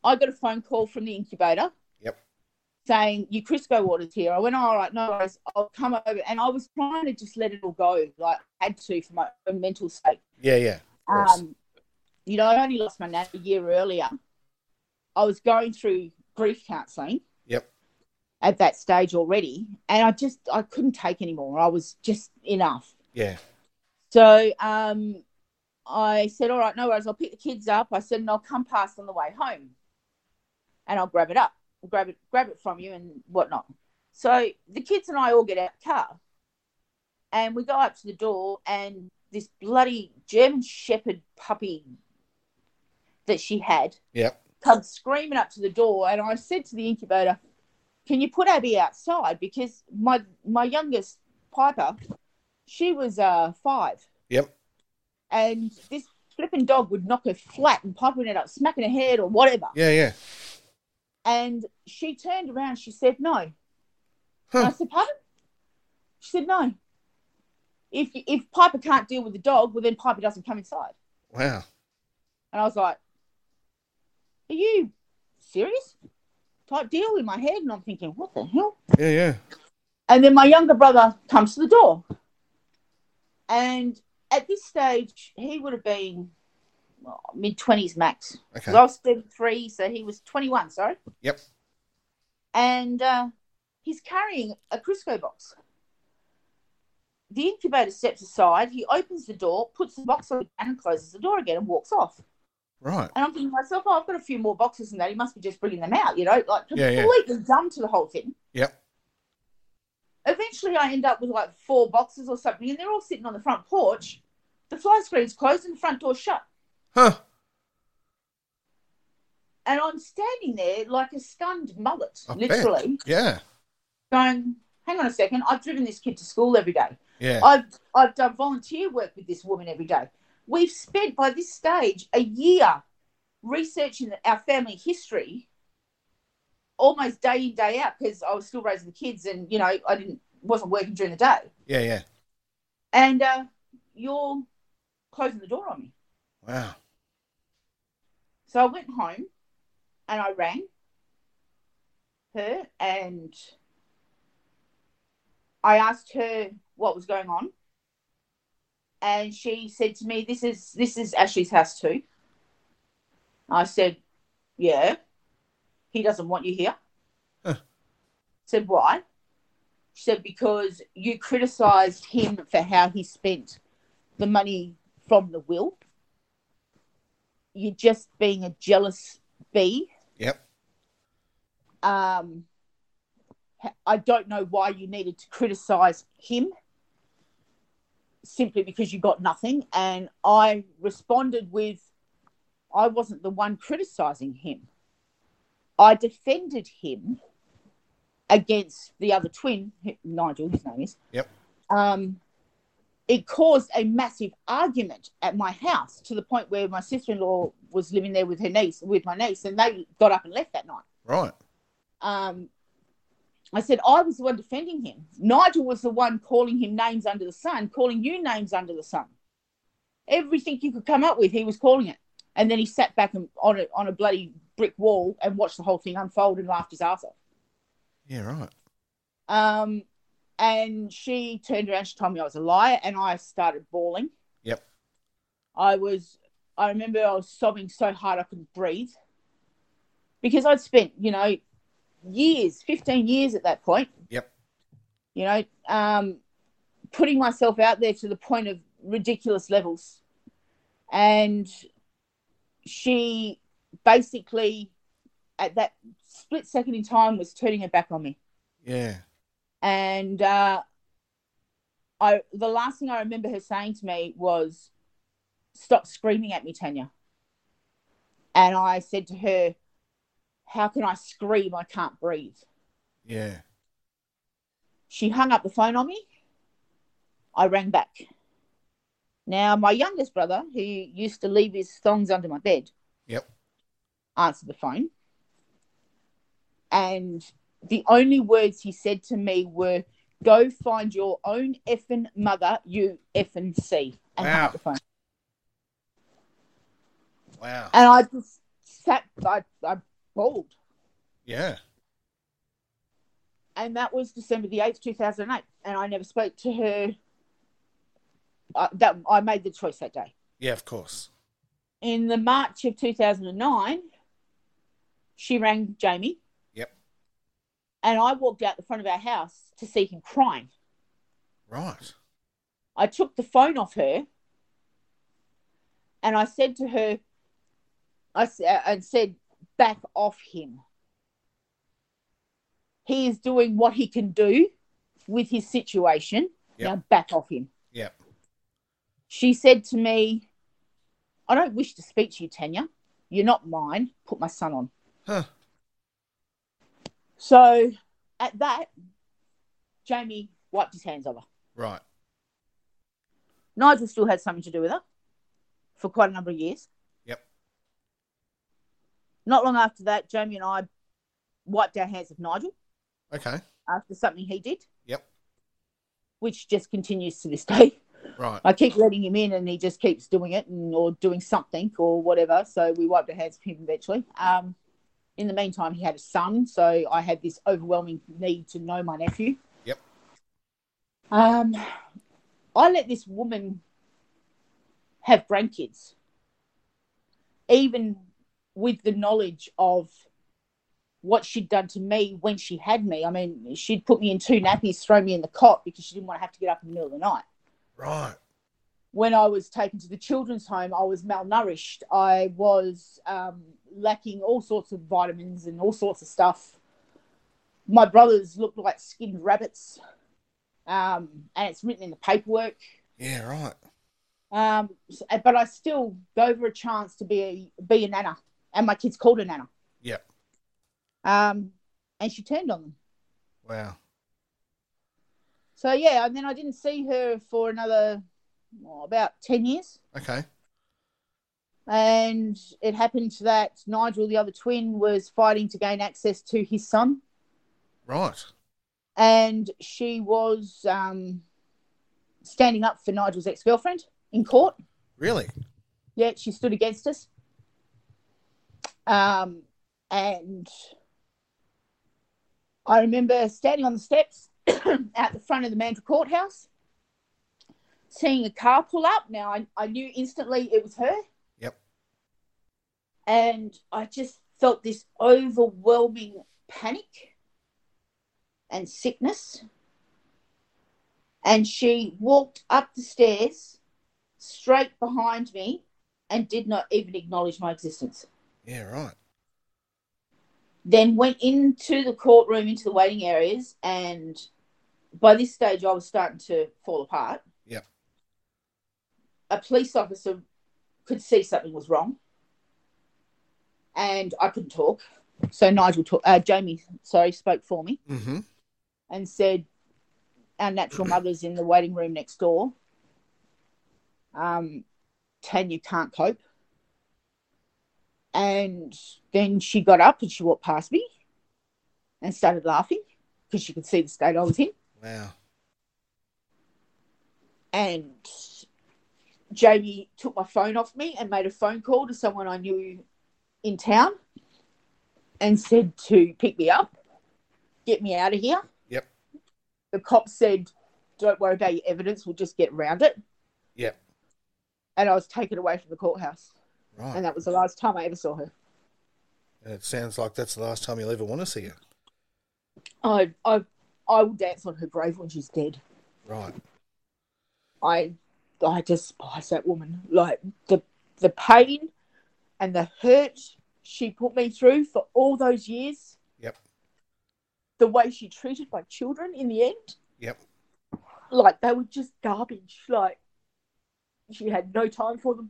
Speaker 2: I got a phone call from the incubator.
Speaker 1: Yep.
Speaker 2: Saying your Crisco order's here. I went, all right, no worries. I'll come over, and I was trying to just let it all go, like I had to for my own mental sake.
Speaker 1: Yeah, yeah. Of course.
Speaker 2: Um, you know, I only lost my nan a year earlier. I was going through grief counselling
Speaker 1: Yep.
Speaker 2: at that stage already, and I just I couldn't take anymore. I was just enough.
Speaker 1: Yeah.
Speaker 2: So um, I said, all right, no worries. I'll pick the kids up. I said, and I'll come past on the way home, and I'll grab it up, grab it, grab it from you, and whatnot. So the kids and I all get out the car, and we go up to the door, and this bloody German Shepherd puppy that she had
Speaker 1: Yep.
Speaker 2: comes screaming up to the door, and I said to the incubator, "Can you put Abby outside?" Because my my youngest Piper, she was uh, five
Speaker 1: Yep.
Speaker 2: and this flipping dog would knock her flat and popping it up, smacking her head or whatever.
Speaker 1: Yeah, yeah.
Speaker 2: And she turned around, she said, No.
Speaker 1: Huh.
Speaker 2: I said, Pardon? She said, No. If, if Piper can't deal with the dog, well, then Piper doesn't come inside.
Speaker 1: Wow.
Speaker 2: And I was like, Are you serious? Type deal in my head. And I'm thinking, What the hell?
Speaker 1: Yeah, yeah.
Speaker 2: And then my younger brother comes to the door. And at this stage, he would have been mid 20s max.
Speaker 1: Okay.
Speaker 2: 'Cause I was 33, so he was 21, sorry.
Speaker 1: Yep.
Speaker 2: And uh, he's carrying a Crisco box. The incubator steps aside. He opens the door, puts the box on and closes the door again and walks off.
Speaker 1: Right.
Speaker 2: And I'm thinking to myself, oh, I've got a few more boxes than that. He must be just bringing them out, you know, like
Speaker 1: Yeah,
Speaker 2: completely
Speaker 1: yeah.
Speaker 2: dumb to the whole thing.
Speaker 1: Yep.
Speaker 2: eventually I end up with like four boxes or something, and they're all sitting on the front porch. The fly screen's closed and the front door's shut.
Speaker 1: Huh.
Speaker 2: And I'm standing there like a stunned mullet,
Speaker 1: I bet.
Speaker 2: literally,
Speaker 1: Yeah.
Speaker 2: going, hang on a second, I've driven this kid to school every day.
Speaker 1: Yeah.
Speaker 2: I've I've done volunteer work with this woman every day. We've spent by this stage a year researching our family history almost day in, day out, because I was still raising the kids and you know, I didn't wasn't working during the day.
Speaker 1: yeah, yeah.
Speaker 2: and uh, you're closing the door on me.
Speaker 1: Wow.
Speaker 2: So I went home and I rang her and I asked her what was going on. And she said to me, This is this is Ashley's house too. I said, Yeah. He doesn't want you here.
Speaker 1: Huh.
Speaker 2: Said, Why? She said, Because you criticized him for how he spent the money from the will you're just being a jealous bee.
Speaker 1: Yep.
Speaker 2: Um, I don't know why you needed to criticize him. simply because you got nothing. And I responded with, I wasn't the one criticizing him. I defended him against the other twin, Nigel, his name is.
Speaker 1: Yep.
Speaker 2: Um, it caused a massive argument at my house to the point where my sister in law was living there with her niece, with my niece, and they got up and left that night.
Speaker 1: Right.
Speaker 2: Um, I said, I was the one defending him. Nigel was the one calling him names under the sun, calling you names under the sun. Everything you could come up with, he was calling it. And then he sat back and, on, a, on a bloody brick wall and watched the whole thing unfold and laughed his ass off.
Speaker 1: Yeah, right.
Speaker 2: Um, and she turned around, she told me I was a liar, and I started bawling.
Speaker 1: Yep.
Speaker 2: I was, I remember I was sobbing so hard I couldn't breathe because I'd spent, you know, years, 15 years at that point,
Speaker 1: Yep.
Speaker 2: you know, um, putting myself out there to the point of ridiculous levels. And she basically, at that split second in time, was turning her back on me
Speaker 1: Yeah.
Speaker 2: and uh, I the last thing I remember her saying to me was, "Stop screaming at me, Tanya." And I said to her, "How can I scream? I can't breathe."
Speaker 1: Yeah.
Speaker 2: She hung up the phone on me. I rang back. Now my youngest brother, who used to leave his thongs under my bed,
Speaker 1: Yep.
Speaker 2: answered the phone. And the only words he said to me were, Go find your own effing mother, you effing C. And hung
Speaker 1: Wow.
Speaker 2: up the phone.
Speaker 1: Wow.
Speaker 2: And I just sat, I, I bawled.
Speaker 1: Yeah.
Speaker 2: And that was December the 8th, 2008. And I never spoke to her. I, that, I made the choice that day.
Speaker 1: Yeah, of course.
Speaker 2: In the March of 2009, she rang Jamie.
Speaker 1: Yep.
Speaker 2: And I walked out the front of our house to see him crying.
Speaker 1: Right.
Speaker 2: I took the phone off her and I said to her, I s- uh, and said, back off him. He is doing what he can do with his situation.
Speaker 1: Yep.
Speaker 2: Now back off him.
Speaker 1: Yep.
Speaker 2: She said to me, I don't wish to speak to you, Tanya. You're not mine. Put my son on.
Speaker 1: Huh.
Speaker 2: So at that, Jamie wiped his hands of her.
Speaker 1: Right.
Speaker 2: Nigel still had something to do with her for quite a number of years.
Speaker 1: Yep.
Speaker 2: Not long after that, Jamie and I wiped our hands of Nigel
Speaker 1: Okay.
Speaker 2: after something he did,
Speaker 1: Yep.
Speaker 2: which just continues to this day.
Speaker 1: Right.
Speaker 2: I keep letting him in, and he just keeps doing it, and or doing something or whatever. So we wiped our hands of him eventually. Um, in the meantime, he had a son, so I had this overwhelming need to know my nephew.
Speaker 1: Yep.
Speaker 2: Um, I let this woman have grandkids, even with the knowledge of what she'd done to me when she had me. I mean, she'd put me in two nappies, throw me in the cot because she didn't want to have to get up in the middle of the night.
Speaker 1: Right.
Speaker 2: When I was taken to the children's home, I was malnourished. I was um, lacking all sorts of vitamins and all sorts of stuff. My brothers looked like skinned rabbits, um, and it's written in the paperwork.
Speaker 1: Yeah, right.
Speaker 2: Um, s- but I still go for a chance to be a, be a nana, and my kids called her nana.
Speaker 1: Yep.
Speaker 2: Um, and she turned on them.
Speaker 1: Wow.
Speaker 2: So yeah, and then I didn't see her for another oh, about ten years.
Speaker 1: Okay.
Speaker 2: And it happened that Nigel, the other twin, was fighting to gain access to his son,
Speaker 1: Right.
Speaker 2: and she was um, standing up for Nigel's ex girlfriend in court.
Speaker 1: Really?
Speaker 2: yeah, she stood against us. Um, and I remember standing on the steps out the front of the Mandra courthouse, seeing a car pull up. Now I, I knew instantly it was her,
Speaker 1: Yep.
Speaker 2: and I just felt this overwhelming panic and sickness. And she walked up the stairs straight behind me and did not even acknowledge my existence.
Speaker 1: Yeah, right.
Speaker 2: Then went into the courtroom, into the waiting areas, and by this stage I was starting to fall apart.
Speaker 1: Yep.
Speaker 2: a police officer could see something was wrong, and I couldn't talk. So Nigel, talk, uh, Jamie, sorry, spoke for me
Speaker 1: Mm-hmm.
Speaker 2: and said, "Our natural mother's in the waiting room next door. Um, Tanya can't cope." And then she got up and she walked past me and started laughing because she could see the state I was in.
Speaker 1: Wow.
Speaker 2: and Jamie took my phone off me and made a phone call to someone I knew in town and said to pick me up, get me out of here.
Speaker 1: Yep.
Speaker 2: The cop said, Don't worry about your evidence, we'll just get around it.
Speaker 1: Yep.
Speaker 2: And I was taken away from the courthouse.
Speaker 1: Right.
Speaker 2: And that was the last time I ever saw her.
Speaker 1: And it sounds like that's the last time you'll ever want to see her.
Speaker 2: I, I, I will dance on her grave when she's dead.
Speaker 1: Right.
Speaker 2: I I despise that woman. Like the the pain and the hurt she put me through for all those years.
Speaker 1: Yep.
Speaker 2: The way she treated my children in the end,
Speaker 1: Yep.
Speaker 2: like they were just garbage. Like she had no time for them.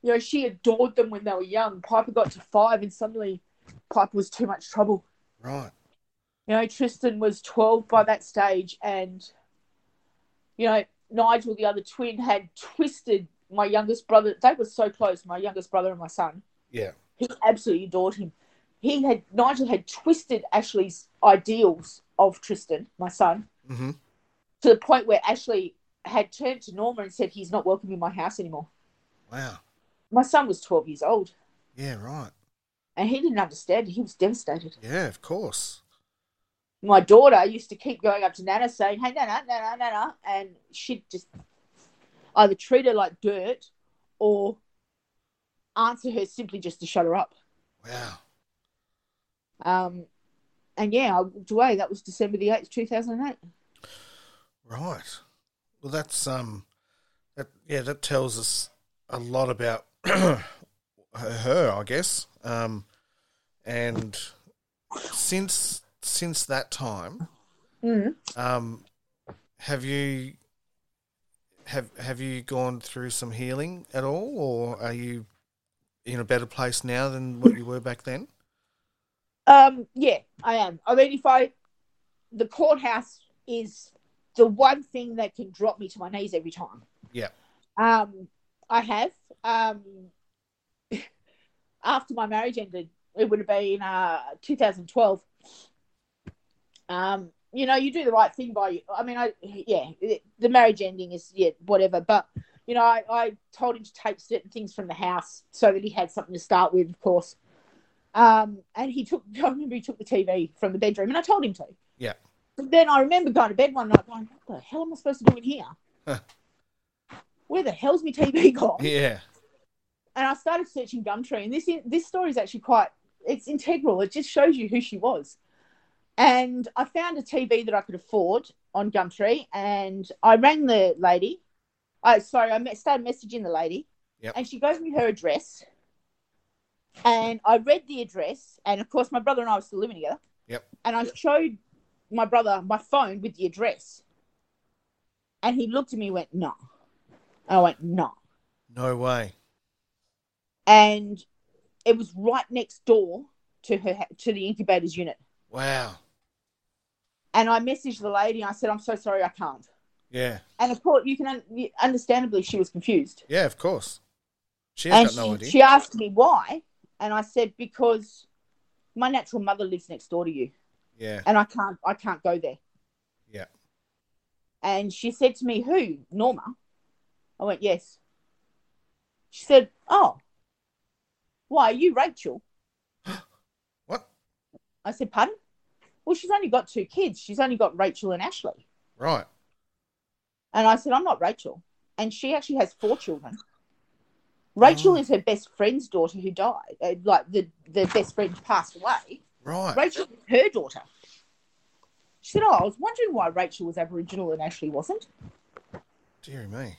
Speaker 2: You know, she adored them when they were young. Piper got to five and suddenly Piper was too much trouble.
Speaker 1: Right.
Speaker 2: You know, Tristan was 12 by that stage, and, you know, Nigel, the other twin, had twisted my youngest brother. They were so close, my youngest brother and my son.
Speaker 1: Yeah.
Speaker 2: He absolutely adored him. He had, Nigel had twisted Ashley's ideals of Tristan, my son,
Speaker 1: Mm-hmm.
Speaker 2: to the point where Ashley had turned to Norma and said, He's not welcome in my house anymore.
Speaker 1: Wow.
Speaker 2: My son was 12 years old,
Speaker 1: Yeah. Right.
Speaker 2: and he didn't understand. He was devastated.
Speaker 1: Yeah. Of course.
Speaker 2: my daughter used to keep going up to Nana saying, Hey, Nana, Nana, Nana. And she'd just either treat her like dirt or answer her simply just to shut her up.
Speaker 1: Wow.
Speaker 2: Um, and yeah, I walked away. That was December the 8th, 2008.
Speaker 1: Right. Well, that's um, that yeah, that tells us a lot about her, I guess. Um, and since since that time,
Speaker 2: Mm.
Speaker 1: um, have you have have you gone through some healing at all, or are you in a better place now than what you were back then?
Speaker 2: Um, yeah, I am. I mean, if I, the courthouse is the one thing that can drop me to my knees every time.
Speaker 1: Yeah.
Speaker 2: Um, I have. Um, after my marriage ended, it would have been uh, 2012. Um, you know, you do the right thing by. I mean, I yeah, it- the marriage ending is yeah, whatever. But you know, I, I told him to take certain things from the house so that he had something to start with, of course. Um, and he took. I remember he took the TV from the bedroom, and I told him to.
Speaker 1: Yeah.
Speaker 2: But then I remember going to bed one night, going, "What the hell am I supposed to do in here?
Speaker 1: Huh.
Speaker 2: Where the hell's my TV gone?"
Speaker 1: Yeah.
Speaker 2: and I started searching Gumtree, and this is, this story is actually quite it's integral. It just shows you who she was. And I found a TV that I could afford on Gumtree, and I rang the lady. I sorry, I me- started messaging the lady,
Speaker 1: Yep.
Speaker 2: and she gave me her address. And I read the address, and of course, my brother and I were still living together.
Speaker 1: Yep.
Speaker 2: And I showed my brother my phone with the address, and he looked at me, and went no, and I went no
Speaker 1: No way.
Speaker 2: and it was right next door to her to the incubators unit.
Speaker 1: Wow.
Speaker 2: And I messaged the lady. I said, "I'm so sorry, I can't."
Speaker 1: Yeah.
Speaker 2: And of course, you can un- understandably she was confused,
Speaker 1: Yeah. Of course. She's
Speaker 2: and
Speaker 1: got no
Speaker 2: she,
Speaker 1: idea.
Speaker 2: she asked me why, and I said because my natural mother lives next door to you,
Speaker 1: yeah.
Speaker 2: and I can't I can't go there.
Speaker 1: Yeah.
Speaker 2: And she said to me, Who? Norma? I went, Yes. She said, Oh, why are you Rachel?
Speaker 1: What?
Speaker 2: I said, Pardon? Well, she's only got two kids. She's only got Rachel and Ashley.
Speaker 1: Right.
Speaker 2: And I said, I'm not Rachel. And she actually has four children. Rachel
Speaker 1: Oh.
Speaker 2: is her best friend's daughter who died. Uh, like the, the best friend passed away.
Speaker 1: Right.
Speaker 2: Rachel is her daughter. She said, Oh, I was wondering why Rachel was Aboriginal and Ashley wasn't.
Speaker 1: Dear me.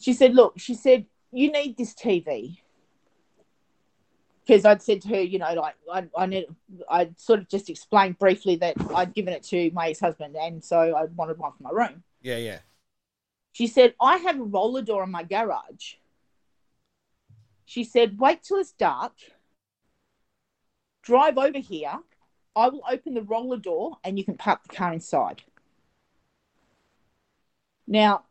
Speaker 2: she said, Look, she said, you need this TV. Because I'd said to her, you know, like I, I need, I'd sort of just explained briefly that I'd given it to my ex husband and so I wanted one for my room.
Speaker 1: Yeah, yeah.
Speaker 2: She said, I have a roller door in my garage. She said, Wait till it's dark. Drive over here. I will open the roller door and you can park the car inside. Now,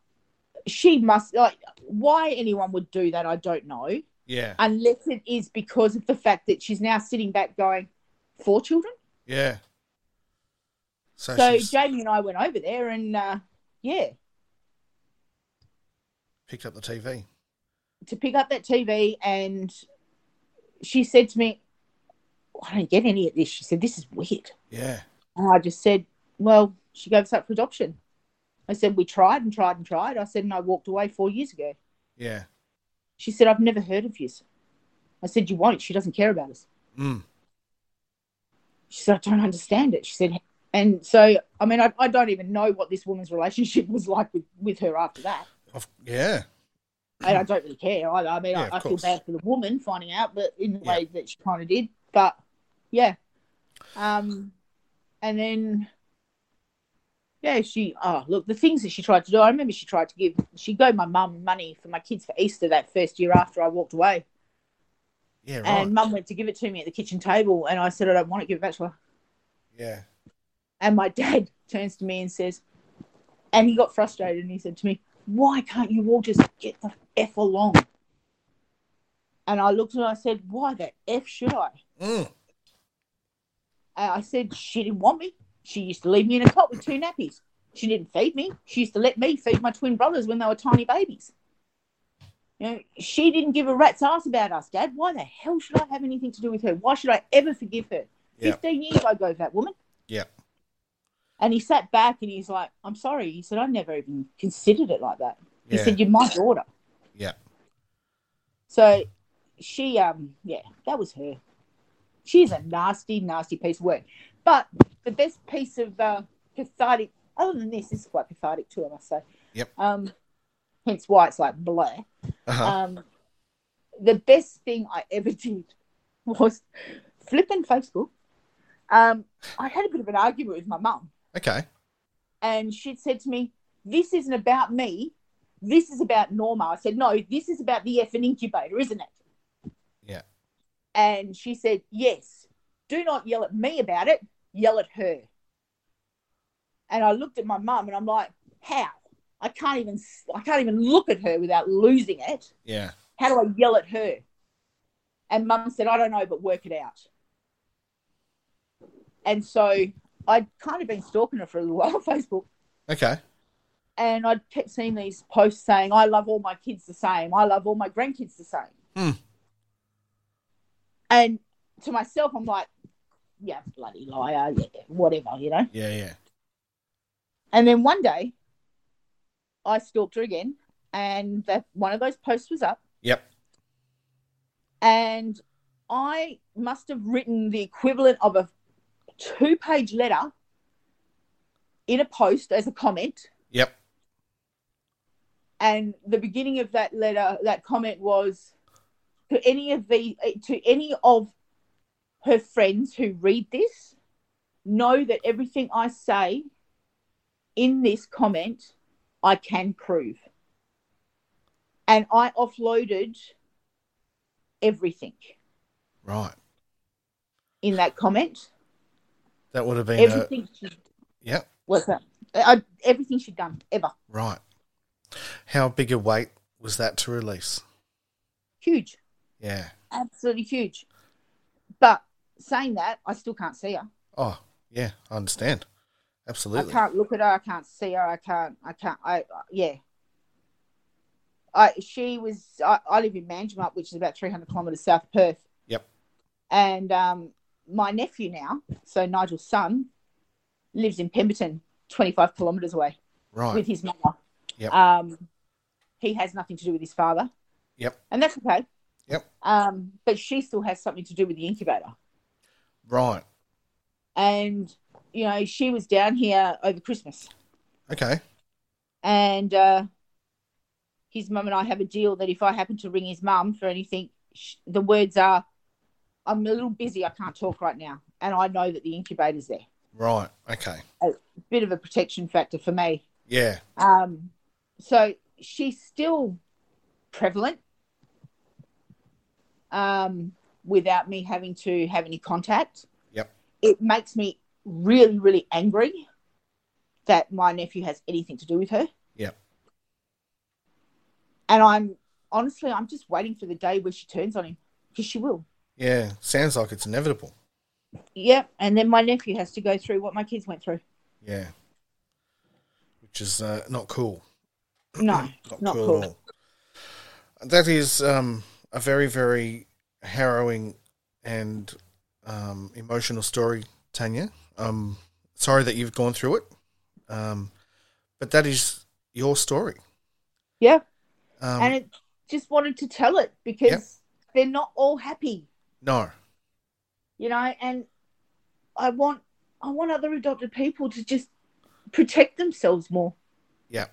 Speaker 2: she must, like, why anyone would do that, I don't know
Speaker 1: Yeah.
Speaker 2: unless it is because of the fact that she's now sitting back going, four children.
Speaker 1: Yeah. So,
Speaker 2: so
Speaker 1: she's
Speaker 2: Jamie and I went over there, and uh, yeah,
Speaker 1: picked up the TV.
Speaker 2: to pick up that TV, and she said to me, "I don't get any of this." She said, "This is weird,"
Speaker 1: Yeah.
Speaker 2: and I just said, "Well, she gave us up for adoption." I said, "We tried and tried and tried." I said, "And I walked away four years ago."
Speaker 1: Yeah.
Speaker 2: She said, "I've never heard of you." I said, "You won't." She doesn't care about us.
Speaker 1: Mm.
Speaker 2: She said, I don't understand it. She said, and so, I mean, I, I don't even know what this woman's relationship was like with, with her after that.
Speaker 1: Of, yeah.
Speaker 2: And I don't really care either. I mean,
Speaker 1: Yeah, of
Speaker 2: I, I feel
Speaker 1: course.
Speaker 2: bad for the woman finding out, but in the
Speaker 1: Yeah.
Speaker 2: way that she kind of did. But yeah. Um, and then, yeah, she, oh, look, the things that she tried to do, I remember she tried to give, she gave my mum money for my kids for Easter that first year after I walked away.
Speaker 1: Yeah. Right.
Speaker 2: And mum went to give it to me at the kitchen table. And I said, I don't want to give it back to her.
Speaker 1: yeah.
Speaker 2: And my dad turns to me and says, and he got frustrated and he said to me, Why can't you all just get the F along? And I looked at him and I said, Why the F should I?
Speaker 1: Mm.
Speaker 2: And I said, She didn't want me. She used to leave me in a cot with two nappies. She didn't feed me. She used to let me feed my twin brothers when they were tiny babies. You know, she didn't give a rat's ass about us, Dad. Why the hell should I have anything to do with her? Why should I ever forgive her?
Speaker 1: Yeah.
Speaker 2: 15 years I go that woman.
Speaker 1: Yeah.
Speaker 2: And he sat back and he's like, I'm sorry. He said, I never even considered it like that. He
Speaker 1: Yeah.
Speaker 2: said, You're my daughter.
Speaker 1: Yeah.
Speaker 2: So she, um, yeah, that was her. She's a nasty, nasty piece of work. But the best piece of uh, cathartic, other than this, this is quite cathartic too, I must say.
Speaker 1: Yep.
Speaker 2: Um, hence why it's like blur.
Speaker 1: Uh-huh.
Speaker 2: Um, the best thing I ever did was flipping Facebook. Um, I had a bit of an argument with my mum
Speaker 1: okay.
Speaker 2: and she'd said to me, "This isn't about me. This is about Norma." I said, "No, this is about the effing incubator, isn't it?"
Speaker 1: Yeah.
Speaker 2: And she said, "Yes. Do not yell at me about it. Yell at her." And I looked at my mum, and I'm like, "How? I can't even. I can't even look at her without losing it.
Speaker 1: Yeah.
Speaker 2: How do I yell at her?" And mum said, "I don't know, but work it out." And so I'd kind of been stalking her for a little while on Facebook
Speaker 1: Okay.
Speaker 2: and I kept seeing these posts saying, "I love all my kids the same. I love all my grandkids the same."
Speaker 1: Hmm.
Speaker 2: And to myself, I'm like, "Yeah, bloody liar. Yeah, whatever, you know."
Speaker 1: Yeah. Yeah.
Speaker 2: And then one day, I stalked her again, and that one of those posts was up,
Speaker 1: Yep.
Speaker 2: and I must have written the equivalent of a two-page letter in a post as a comment.
Speaker 1: Yep.
Speaker 2: and the beginning of that letter that comment was to any of the to any of her friends who read this know that everything i say in this comment i can prove and i offloaded everything
Speaker 1: Right.
Speaker 2: in that comment
Speaker 1: That would have been. A,
Speaker 2: everything she,
Speaker 1: yep.
Speaker 2: what's that I, everything she'd done ever
Speaker 1: Right. How big a weight was that to release?
Speaker 2: huge
Speaker 1: Yeah.
Speaker 2: absolutely huge but saying that i still can't see her
Speaker 1: Oh, yeah. I understand. Absolutely.
Speaker 2: I can't look at her. I can't see her. I can't. I can't. I, I yeah. I she was. I, I live in Manjimup, which is about three hundred kilometres south of Perth,
Speaker 1: Yep.
Speaker 2: and um, my nephew now, so Nigel's son, lives in Pemberton, twenty five kilometres away,
Speaker 1: Right.
Speaker 2: with his mother.
Speaker 1: Yep.
Speaker 2: Um, he has nothing to do with his father,
Speaker 1: yep.
Speaker 2: and that's okay.
Speaker 1: Yep.
Speaker 2: Um, but she still has something to do with the incubator.
Speaker 1: Right.
Speaker 2: And you know, she was down here over Christmas.
Speaker 1: Okay.
Speaker 2: and uh, his mum and I have a deal that if I happen to ring his mum for anything, sh the words are, "I'm a little busy, I can't talk right now," and I know that the incubator's there.
Speaker 1: Right. Okay.
Speaker 2: Bit of a protection factor for me.
Speaker 1: Yeah.
Speaker 2: Um, So she's still prevalent um, without me having to have any contact.
Speaker 1: Yep.
Speaker 2: It makes me really, really angry that my nephew has anything to do with her.
Speaker 1: Yep.
Speaker 2: And I'm honestly, I'm just waiting for the day where she turns on him because she will.
Speaker 1: Yeah, sounds like it's inevitable.
Speaker 2: Yep. And then my nephew has to go through what my kids went through.
Speaker 1: Yeah, which is uh, not cool.
Speaker 2: No, not,
Speaker 1: Not
Speaker 2: cool.
Speaker 1: cool at all. That is um, a very, very harrowing and um, emotional story, Tanya. Um, sorry that you've gone through it, um, but that is your story.
Speaker 2: Yeah.
Speaker 1: Um,
Speaker 2: and it just wanted to tell it because they're not all happy,
Speaker 1: no,
Speaker 2: you know, and I want I want other adopted people to just protect themselves more
Speaker 1: yeah,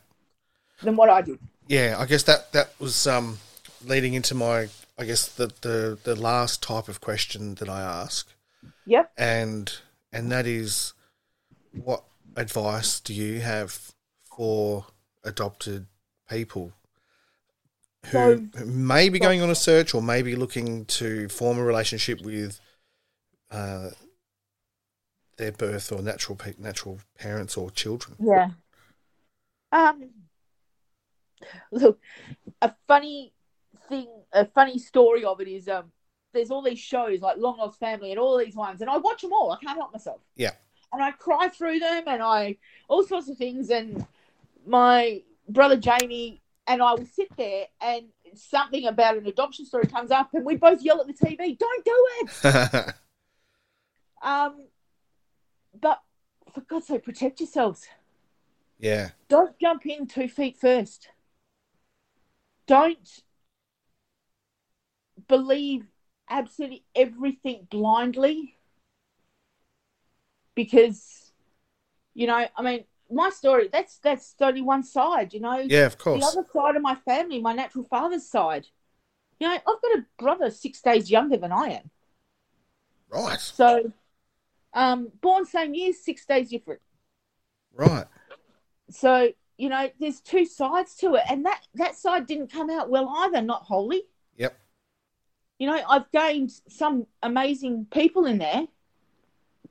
Speaker 2: than what I did.
Speaker 1: yeah. I guess that that was um, leading into my, I guess the, the the last type of question that I ask.
Speaker 2: Yep.
Speaker 1: and and that is what advice do you have for adopted people who, who may be going on a search or may be looking to form a relationship with uh, their birth or natural pe- natural parents or children?
Speaker 2: Yeah. Um look, a funny thing a funny story of it is um there's all these shows like Long Lost Family and all these ones and I watch them all. I can't help myself.
Speaker 1: Yeah,
Speaker 2: and I cry through them and I all sorts of things and my brother Jamie and I will sit there and something about an adoption story comes up and we both yell at the TV, "Don't do it!" Um, but for God's sake, protect yourselves.
Speaker 1: yeah,
Speaker 2: Don't jump in two feet first. Don't believe absolutely everything blindly because you know, I mean, my story that's that's only one side, you know.
Speaker 1: yeah. Of
Speaker 2: The
Speaker 1: course.
Speaker 2: other side of my family, my natural father's side. You know, I've got a brother six days younger than I am.
Speaker 1: Right,
Speaker 2: So um born same year, six days different.
Speaker 1: right.
Speaker 2: so you know there's two sides to it and that that side didn't come out well either not wholly
Speaker 1: Yep.
Speaker 2: you know i've gained some amazing people in there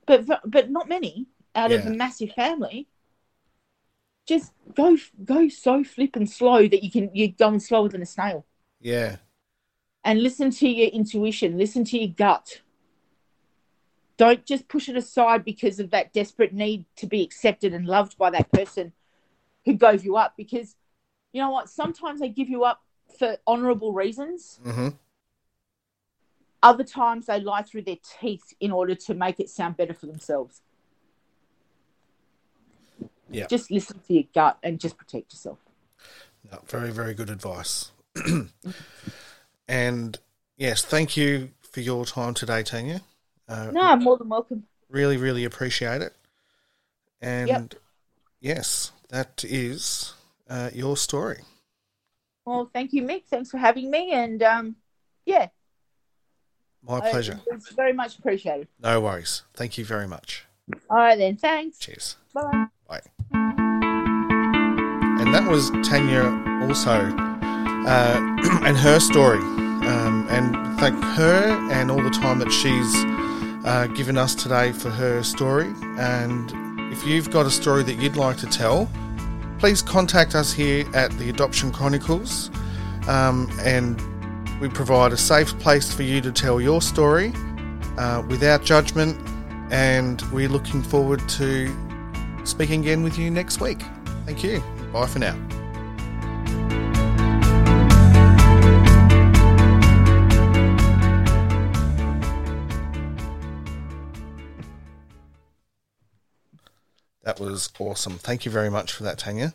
Speaker 2: but but not many out of
Speaker 1: Yeah.
Speaker 2: a massive family just go go so flip and slow that you can you're going slower than a snail
Speaker 1: Yeah,
Speaker 2: and listen to your intuition listen to your gut don't just push it aside because of that desperate need to be accepted and loved by that person who gave you up because you know what sometimes they give you up for honorable reasons
Speaker 1: hmm
Speaker 2: other times they lie through their teeth in order to make it sound better for themselves
Speaker 1: Yeah.
Speaker 2: just listen to your gut and just protect yourself
Speaker 1: No, very, very good advice. and yes, thank you for your time today, Tanya. Uh,
Speaker 2: no i'm more than welcome
Speaker 1: Really, really appreciate it. And yes, that is uh, your story.
Speaker 2: well thank you mick thanks for having me and um yeah
Speaker 1: My
Speaker 2: I-
Speaker 1: pleasure.
Speaker 2: it's very much appreciated
Speaker 1: No worries. Thank you very much.
Speaker 2: all right then thanks
Speaker 1: Cheers.
Speaker 2: bye
Speaker 1: Bye. And that was Tanya also, uh, and her story. Um, and thank her and all the time that she's uh, given us today for her story. And if you've got a story that you'd like to tell, please contact us here at the Adoption Chronicles. Um, and we provide a safe place for you to tell your story uh, without judgment. And we're looking forward to speaking again with you next week. Thank you. Bye for now. That was awesome. Thank you very much for that, Tanya.